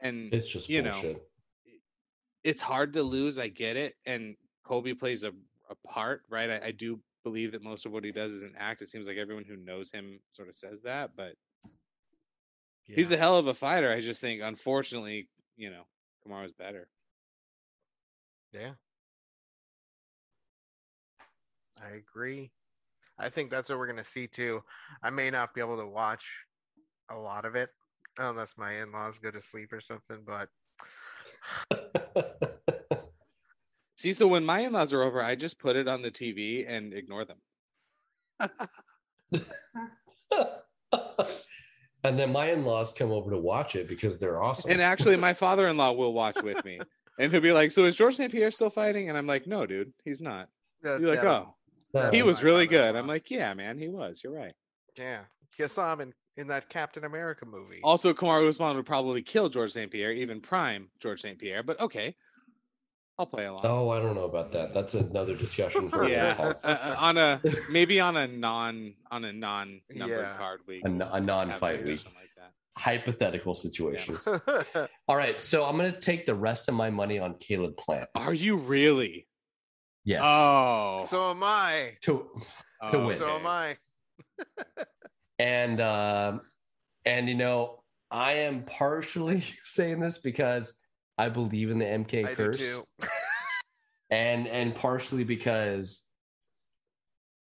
C: And
B: It's just
C: You know.
B: bullshit.
C: it's hard to lose. I get it, and Kobe plays a, a part, right? I, I do believe that most of what he does is an act. It seems like everyone who knows him sort of says that, but he's a hell of a fighter. I just think, unfortunately, you know, Kamara's better.
A: Yeah. I agree. I think that's what we're going to see too. I may not be able to watch a lot of it unless my in laws go to sleep or something, but
C: See, so when my in-laws are over, I just put it on the TV and ignore them.
B: and then my in-laws come over to watch it because they're awesome.
C: And actually, my father-in-law will watch with me, and he'll be like, "So is George St. Pierre still fighting?" And I'm like, "No, dude, he's not."
A: that,
C: You're like,
A: that'll-
C: "Oh,
B: Uh,
C: he
A: that'll
C: was
A: my
C: really good." I'm
A: father-in-law.
C: like, "Yeah, man, he was. You're right."
A: yeah. You saw him in, in that Captain America movie.
C: Also, Kamaru Usman would probably kill George St. Pierre, even prime George St. Pierre, but okay. I'll play along.
B: Oh, I don't know about that. That's another discussion for another
C: yeah.
B: time.
C: uh, uh, on a maybe on a non on a non numbered
A: Yeah.
C: card week.
E: A, n- a
C: have a
E: non-fight week.
C: discussion Like that.
E: Hypothetical situations.
A: yeah.
E: All right. So I'm going to take the rest of my money on Caleb Plant.
C: Are you really?
E: Yes.
C: Oh.
A: So am I.
E: to, to win.
A: So am
C: okay.
A: I.
E: and um, and you know I am partially saying this because I believe in the MK
A: I do
E: curse,
A: too.
E: and and partially because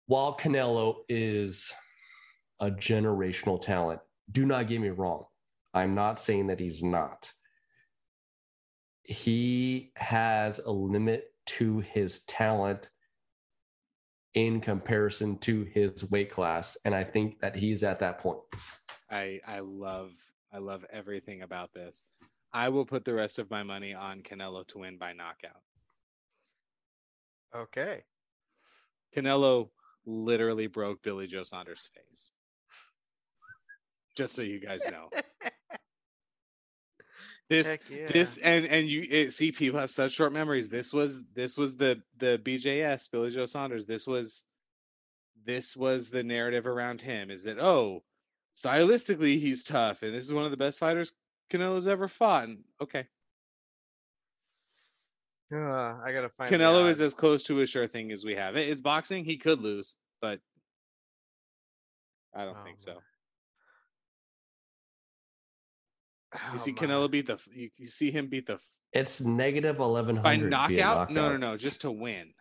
E: while Canelo is a generational talent, do not get me wrong, I'm not saying that he's not. He has a limit to his talent in comparison to his weight class, and I think that he's at that point.
C: I I love I love everything about this. I will put the rest of my money on Canelo to win by knockout.
A: Okay.
C: Canelo literally broke Billy Joe Saunders' face. just so you guys know. this
A: Heck yeah.
C: this and and you it, see people have such short memories. This was this was the the BJS Billy Joe Saunders. This was this was the narrative around him is that oh stylistically he's tough and this is one of the best fighters Canelo's ever fought. And, okay,
A: Uh, I gotta find. the
C: Canelo is
A: odds.
C: as close to a sure thing as we have. It- It's boxing. He could lose, but I don't
A: Oh,
C: think so.
A: man.
C: You
A: Oh,
C: see
A: my.
C: Canelo beat the f- you, you see him beat the f-
E: It's negative eleven
C: by
E: hundred
C: knockout? No, no, no, just to win.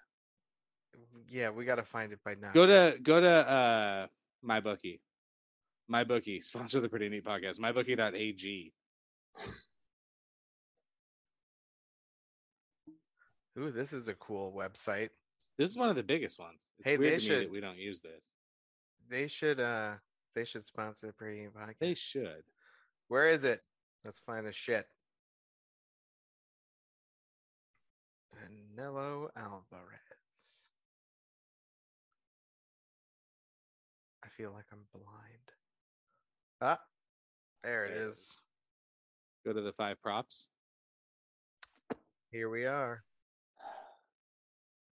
A: Yeah, we gotta find it by now.
C: Go to go to uh my bookie. My bookie, sponsor the Pretty Neat podcast. Mybookie.ag.
A: Ooh, this is a cool website.
C: This is one of the biggest ones. It's
A: Hey,
C: weird
A: they
C: to me
A: should-
C: that we don't use this.
A: They should. uh They should sponsor the Pretty Neat Podcast.
C: They should.
A: Where is it? Let's find the shit. Canelo Alvarez. I feel like I'm blind. Ah, there it
C: There it is.
A: is.
C: Go to the five props.
A: Here we are.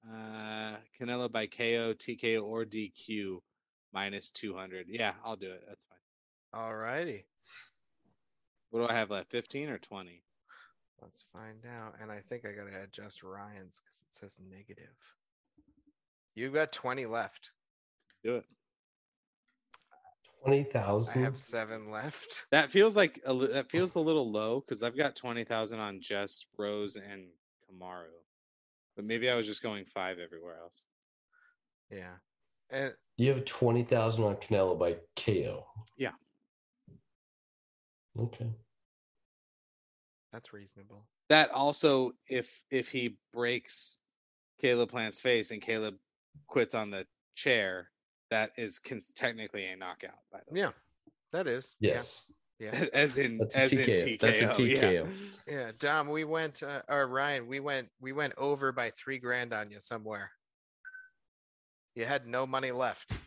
C: Uh Canelo by KO, TKO, or DQ minus two hundred. Yeah, I'll do it. That's fine.
A: All righty.
C: What do I have left? Fifteen or twenty?
A: Let's find out. And I think I gotta adjust Ryan's because it says negative. You've got 20 left.
C: Do it.
B: Twenty
A: I have
B: thousand.
A: seven left.
C: That feels like a, li- that feels a little low because I've got twenty thousand on just Rose and Kamaru, but maybe I was just going five everywhere else.
A: Yeah. Eh, And
B: You have twenty thousand on Canelo by KO.
C: Yeah.
B: Okay.
A: that's reasonable.
C: That also, if if he breaks Caleb Plant's face and Caleb quits on the chair, that is cons- technically a knockout. By the way.
A: Yeah. That is. Yeah.
B: Yes.
A: Yeah.
C: as in
B: That's a
C: as in
B: TKO.
C: TKO.
B: That's a
C: yeah.
A: Yeah, Dom, we went uh, or Ryan, we went we went over by three grand on you somewhere. You had no money left.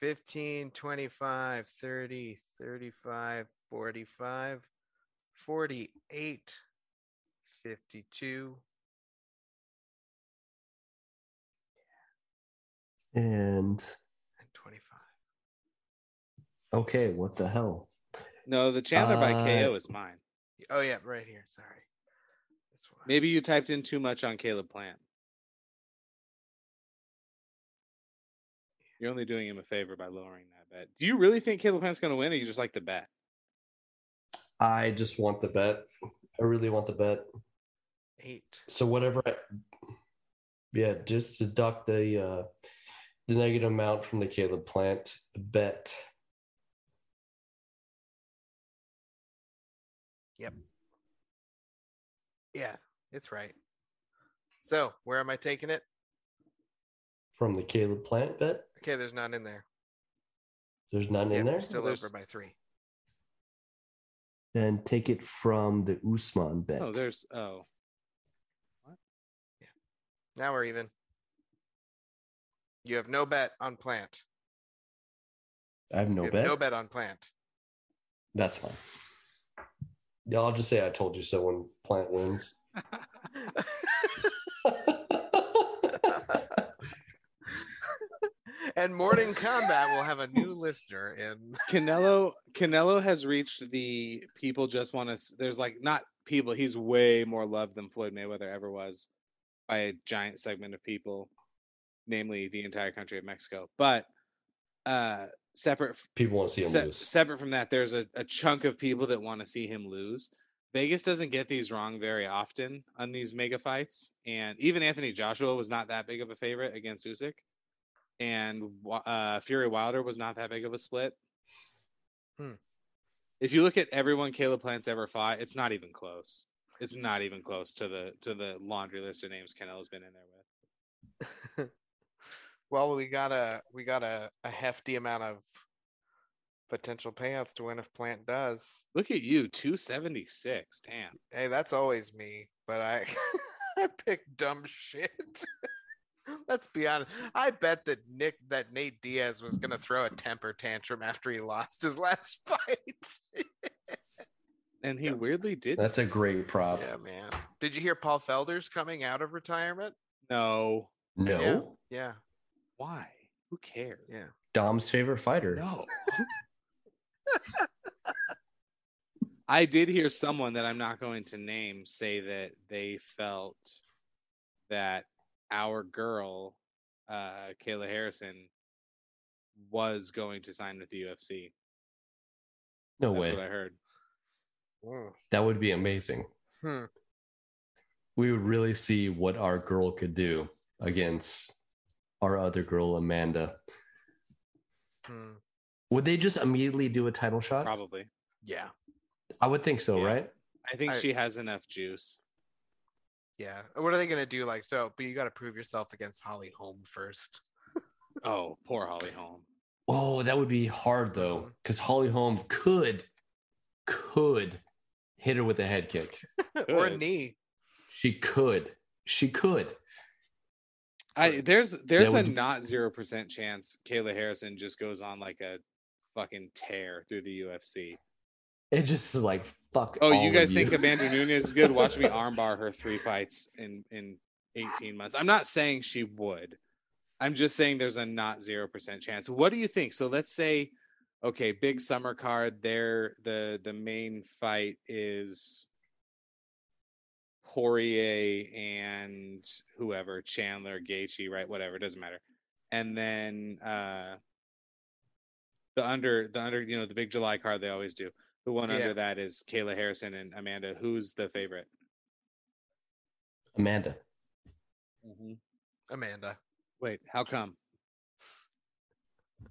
A: 15, 25, 30, 35, 45, 48, 52.
E: And
A: And 25.
E: okay, what the hell?
C: No, the Chandler by
E: Uh,
C: KO is mine.
A: Oh yeah, right here. Sorry. This one.
C: Maybe you typed in too much on Caleb Plant. You're only doing him a favor by lowering that bet. Do you really think Caleb Plant's going to win, or you just like the bet?
B: I just want the bet. I really want the bet.
A: eight.
B: So whatever I yeah, just deduct the uh the negative amount from the Caleb Plant bet.
A: Yeah, it's right. So where am I taking it?
B: From the Caleb Plant bet.
A: Okay, there's none in there.
B: There's none
A: Yeah,
B: in there.
A: we're still
C: There's-
A: over by three.
E: Then take it from the Usman bet.
C: Oh, there's oh,
A: Now we're even. You have no bet on plant.
E: I have
A: You
E: no
A: have
E: bet.
A: No bet on plant.
E: That's fine.
B: Yeah, I'll just say I told you so when Plant wins.
A: and Morning Combat will have a new listener in.
C: Canelo. Canelo has reached the people just want to. There's like not people. He's way more loved than Floyd Mayweather ever was by a giant segment of people, namely the entire country of Mexico. But uh separate f-
B: People want to see him
C: Se-
B: lose.
C: separate from that, there's a, a chunk of people that want to see him lose. Vegas doesn't get these wrong very often on these mega fights, and even Anthony Joshua was not that big of a favorite against Usyk, and Wa- uh, Fury Wilder was not that big of a split.
A: Hmm.
C: If you look at everyone Caleb Plant's ever fought, it's not even close. It's not even close to the to the laundry list of names Canelo's been in there with.
A: well, we got a we got a, a hefty amount of potential payouts to win if plant does.
C: Look at you, two seventy six. Damn.
A: Hey, that's always me, but I I pick dumb shit. Let's be honest. I bet that Nick that Nate Diaz was gonna throw a temper tantrum after he lost his last fight.
C: and he weirdly did.
B: That's a great prop.
A: yeah, man. Did you hear Paul Felder's coming out of retirement?
C: No,
B: No,
A: Yeah. Yeah,
C: why? Who cares?
A: yeah.
B: Dom's favorite fighter.
C: No. I did hear someone that I'm not going to name say that they felt that our girl, uh, Kayla Harrison, was going to sign with the UFC.
B: No
C: That's
B: way.
C: what I heard.
A: Mm.
B: that would be amazing.
A: Hmm.
B: We would really see what our girl could do against our other girl, Amanda.
A: Hmm.
B: Would they just immediately do a title shot?
C: Probably.
A: Yeah,
B: I would think so,
C: Yeah.
B: right?
C: I think
A: I-
C: she has enough juice.
A: yeah. What are they gonna do? Like, so, but you got to prove yourself against Holly Holm first.
C: Oh, poor Holly Holm.
B: Oh, that would be hard though,
A: Mhm.
B: because Holly Holm could, could hit her with a head kick.
A: or a
C: Good.
A: knee.
B: She could. She could.
C: I there's there's
B: would
C: a
B: be-
C: not zero percent chance Kayla Harrison just goes on like a fucking tear through the UFC.
B: It just is like fuck.
C: Oh,
B: all
C: you guys
B: of
C: think Amanda Nunez is good? Watch me armbar her three fights in in 18 months. I'm not saying she would. I'm just saying there's a not 0% chance. What do you think? So let's say okay, big summer card there the the main fight is Poirier and whoever, Chandler, Gaethje, right, whatever, doesn't matter. And then uh the under the under, you know, the big July card they always do. The one
A: Yeah.
C: under that is Kayla Harrison and Amanda. Who's the favorite?
B: Amanda?
A: Mm-hmm. Amanda.
C: Wait, how come?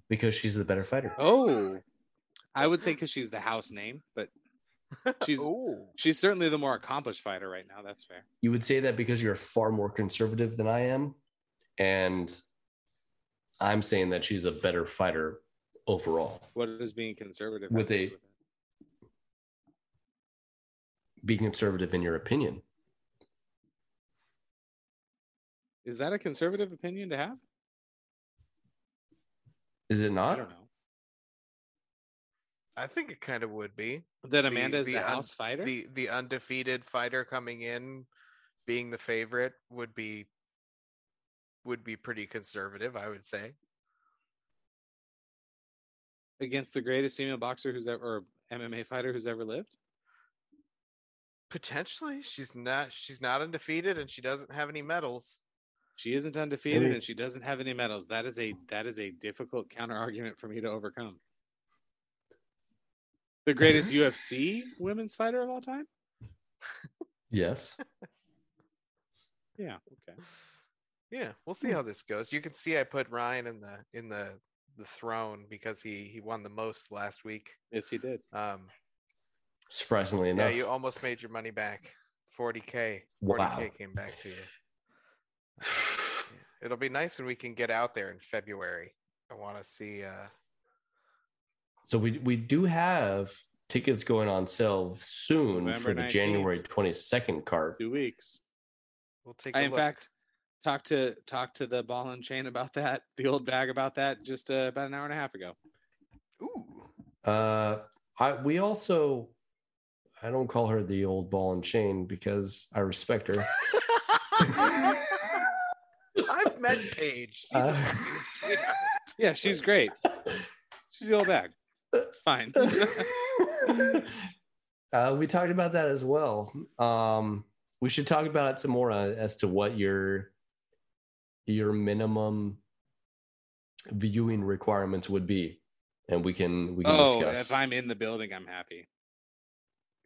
B: Because she's the better fighter.
C: Oh, I would say because she's the house name, but she's
A: Ooh.
C: she's certainly the more accomplished fighter right now. That's fair.
B: You would say that because you're far more conservative than I am, and I'm saying that she's a better fighter overall.
C: What is being conservative? have
B: With
C: to do
B: a-
C: it?
B: Be conservative in your opinion.
C: is that a conservative opinion to have?
B: Is it
C: I
B: not?
C: don't know.
A: I think it kind of would be
C: That Amanda is
A: the
C: the,
A: un-
C: house fighter.
A: the the undefeated fighter coming in, being the favorite would be would be pretty conservative, I would say.
C: Against the greatest female boxer who's ever or MMA fighter who's ever lived.
A: Potentially, she's not she's not undefeated and she doesn't have any medals.
C: She isn't undefeated
B: Maybe.
C: and she doesn't have any medals. That is a that is a difficult counter argument for me to overcome. The greatest UFC women's fighter of all time?
B: Yes.
C: Yeah. Okay.
A: Yeah, we'll see
B: Hmm.
A: how this goes. You can see I put Ryan in the in the the throne because he he won the most last week.
C: Yes, he did.
A: Um
B: Surprisingly
A: yeah,
B: enough.
A: you almost made your money back. 40k. 40k
B: Wow.
A: came back to you. Yeah. It'll be nice when we can get out there in February. I want to see. Uh,
B: So we we do have tickets going on sale soon
C: November
B: for the
C: 19th.
B: January 22nd card.
C: Two weeks.
A: we'll take. a
C: I in
A: look.
C: fact talked to talked to the ball and chain about that, the old bag about that just uh, about an hour and a half ago.
A: ooh,
B: Uh, I we also I don't call her the old ball and chain because I respect her.
A: I've met Paige. She's a
B: Uh,
A: fucking sweetheart.
C: Yeah, she's great. She's the old bag. It's fine.
B: uh, we talked about that as well. Um, we should talk about it some more uh, as to what your your minimum viewing requirements would be, and we can we can
C: oh,
B: discuss.
C: if I'm in the building, I'm happy.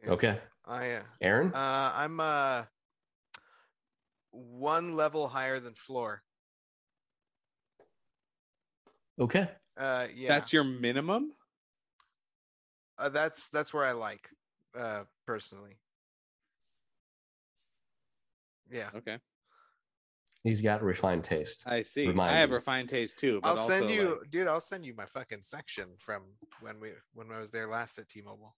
B: Okay,
A: I, uh,
B: Aaron.
A: uh, I'm uh, one level higher than floor.
B: okay,
A: Uh, yeah,
C: That's your minimum?
A: uh, that's that's where I like, uh, personally. Yeah,
C: Okay.
B: he's got refined taste.
C: I see.
B: Remind
C: I have
B: me.
C: refined taste too. But
A: I'll
C: also,
A: send you,
C: like,
A: dude. I'll send you my fucking section from when we when I was there last at T-Mobile.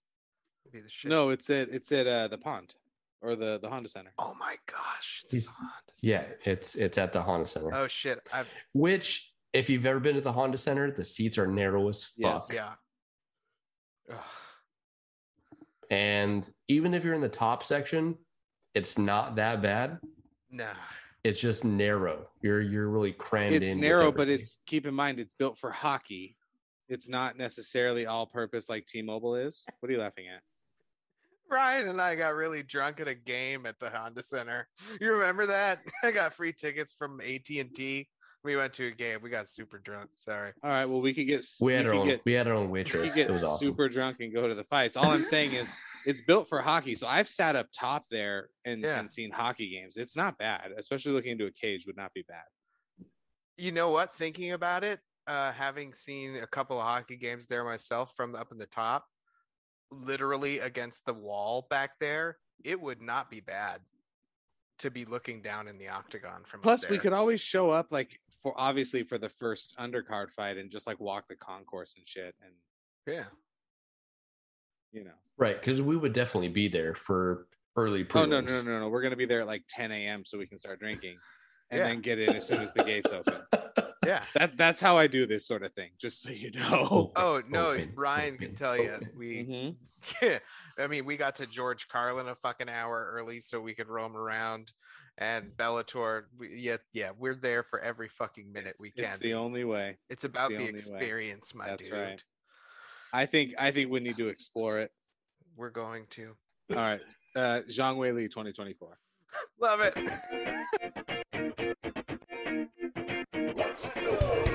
A: It'd be the shit.
C: no, it's at it's at uh, the pond or the the Honda Center.
A: Oh my gosh. it's
B: He's-
A: hot.
B: Yeah, it's it's at the Honda Center.
A: Oh shit. I've
B: Which, if you've ever been to the Honda Center, the seats are narrow as fuck.
C: Yes.
A: yeah. Ugh.
B: And even if you're in the top section, it's not that bad.
A: Nah.
B: It's just narrow. You're you're really crammed in.
C: It's
B: with
C: narrow, but
B: everything.
C: it's keep in mind it's built for hockey. It's not necessarily all purpose like T-Mobile is. What are you laughing at?
A: Ryan and I got really drunk at a game at the Honda Center. You remember that? I got free tickets from AT and T. We went to a game. We got super drunk. Sorry.
C: All right, well we could get s-
B: we had our
C: could
B: own
C: get,
B: we had our own
C: we
B: waitress.
C: could
B: It
C: get
B: was awesome.
C: super drunk and go to the fights. All I'm saying is it's built for hockey. So I've sat up top there and,
A: Yeah.
C: and seen hockey games. It's not bad, especially looking into a cage would not be bad.
A: You know what? Thinking about it, uh, having seen a couple of hockey games there myself from up in the top, literally against the wall back there, it would not be bad to be looking down in the octagon from. up
C: Plus, we
A: there.
C: could always show up like for obviously for the first undercard fight and just like walk the concourse and shit, and
A: Yeah.
C: you know.
B: right, because we would definitely be there for early prelims.
C: Oh no, no, no, no, no! We're gonna be there at like 10 a.m. so we can start drinking, and
A: Yeah.
C: then get in as soon as the gates open.
A: Yeah.
C: That that's how I do this sort of thing, just so you know.
A: Oh no,
B: Open,
A: Ryan
B: open,
A: could tell you
B: open.
A: we.
C: Mhm.
A: yeah, I mean, we got to George Carlin a fucking hour early so we could roam around, and Bellator. We, yeah, yeah, we're there for every fucking minute
C: It's-
A: we can.
C: It's
A: be.
C: the only way.
A: It's about
C: the
A: the,
C: only way.
A: experience, my
C: That's
A: dude.
C: right. I think I think we need to explore it.
A: We're going to
C: All right, uh, Zhang Wei Li 2024.
A: love it.
F: Let's go.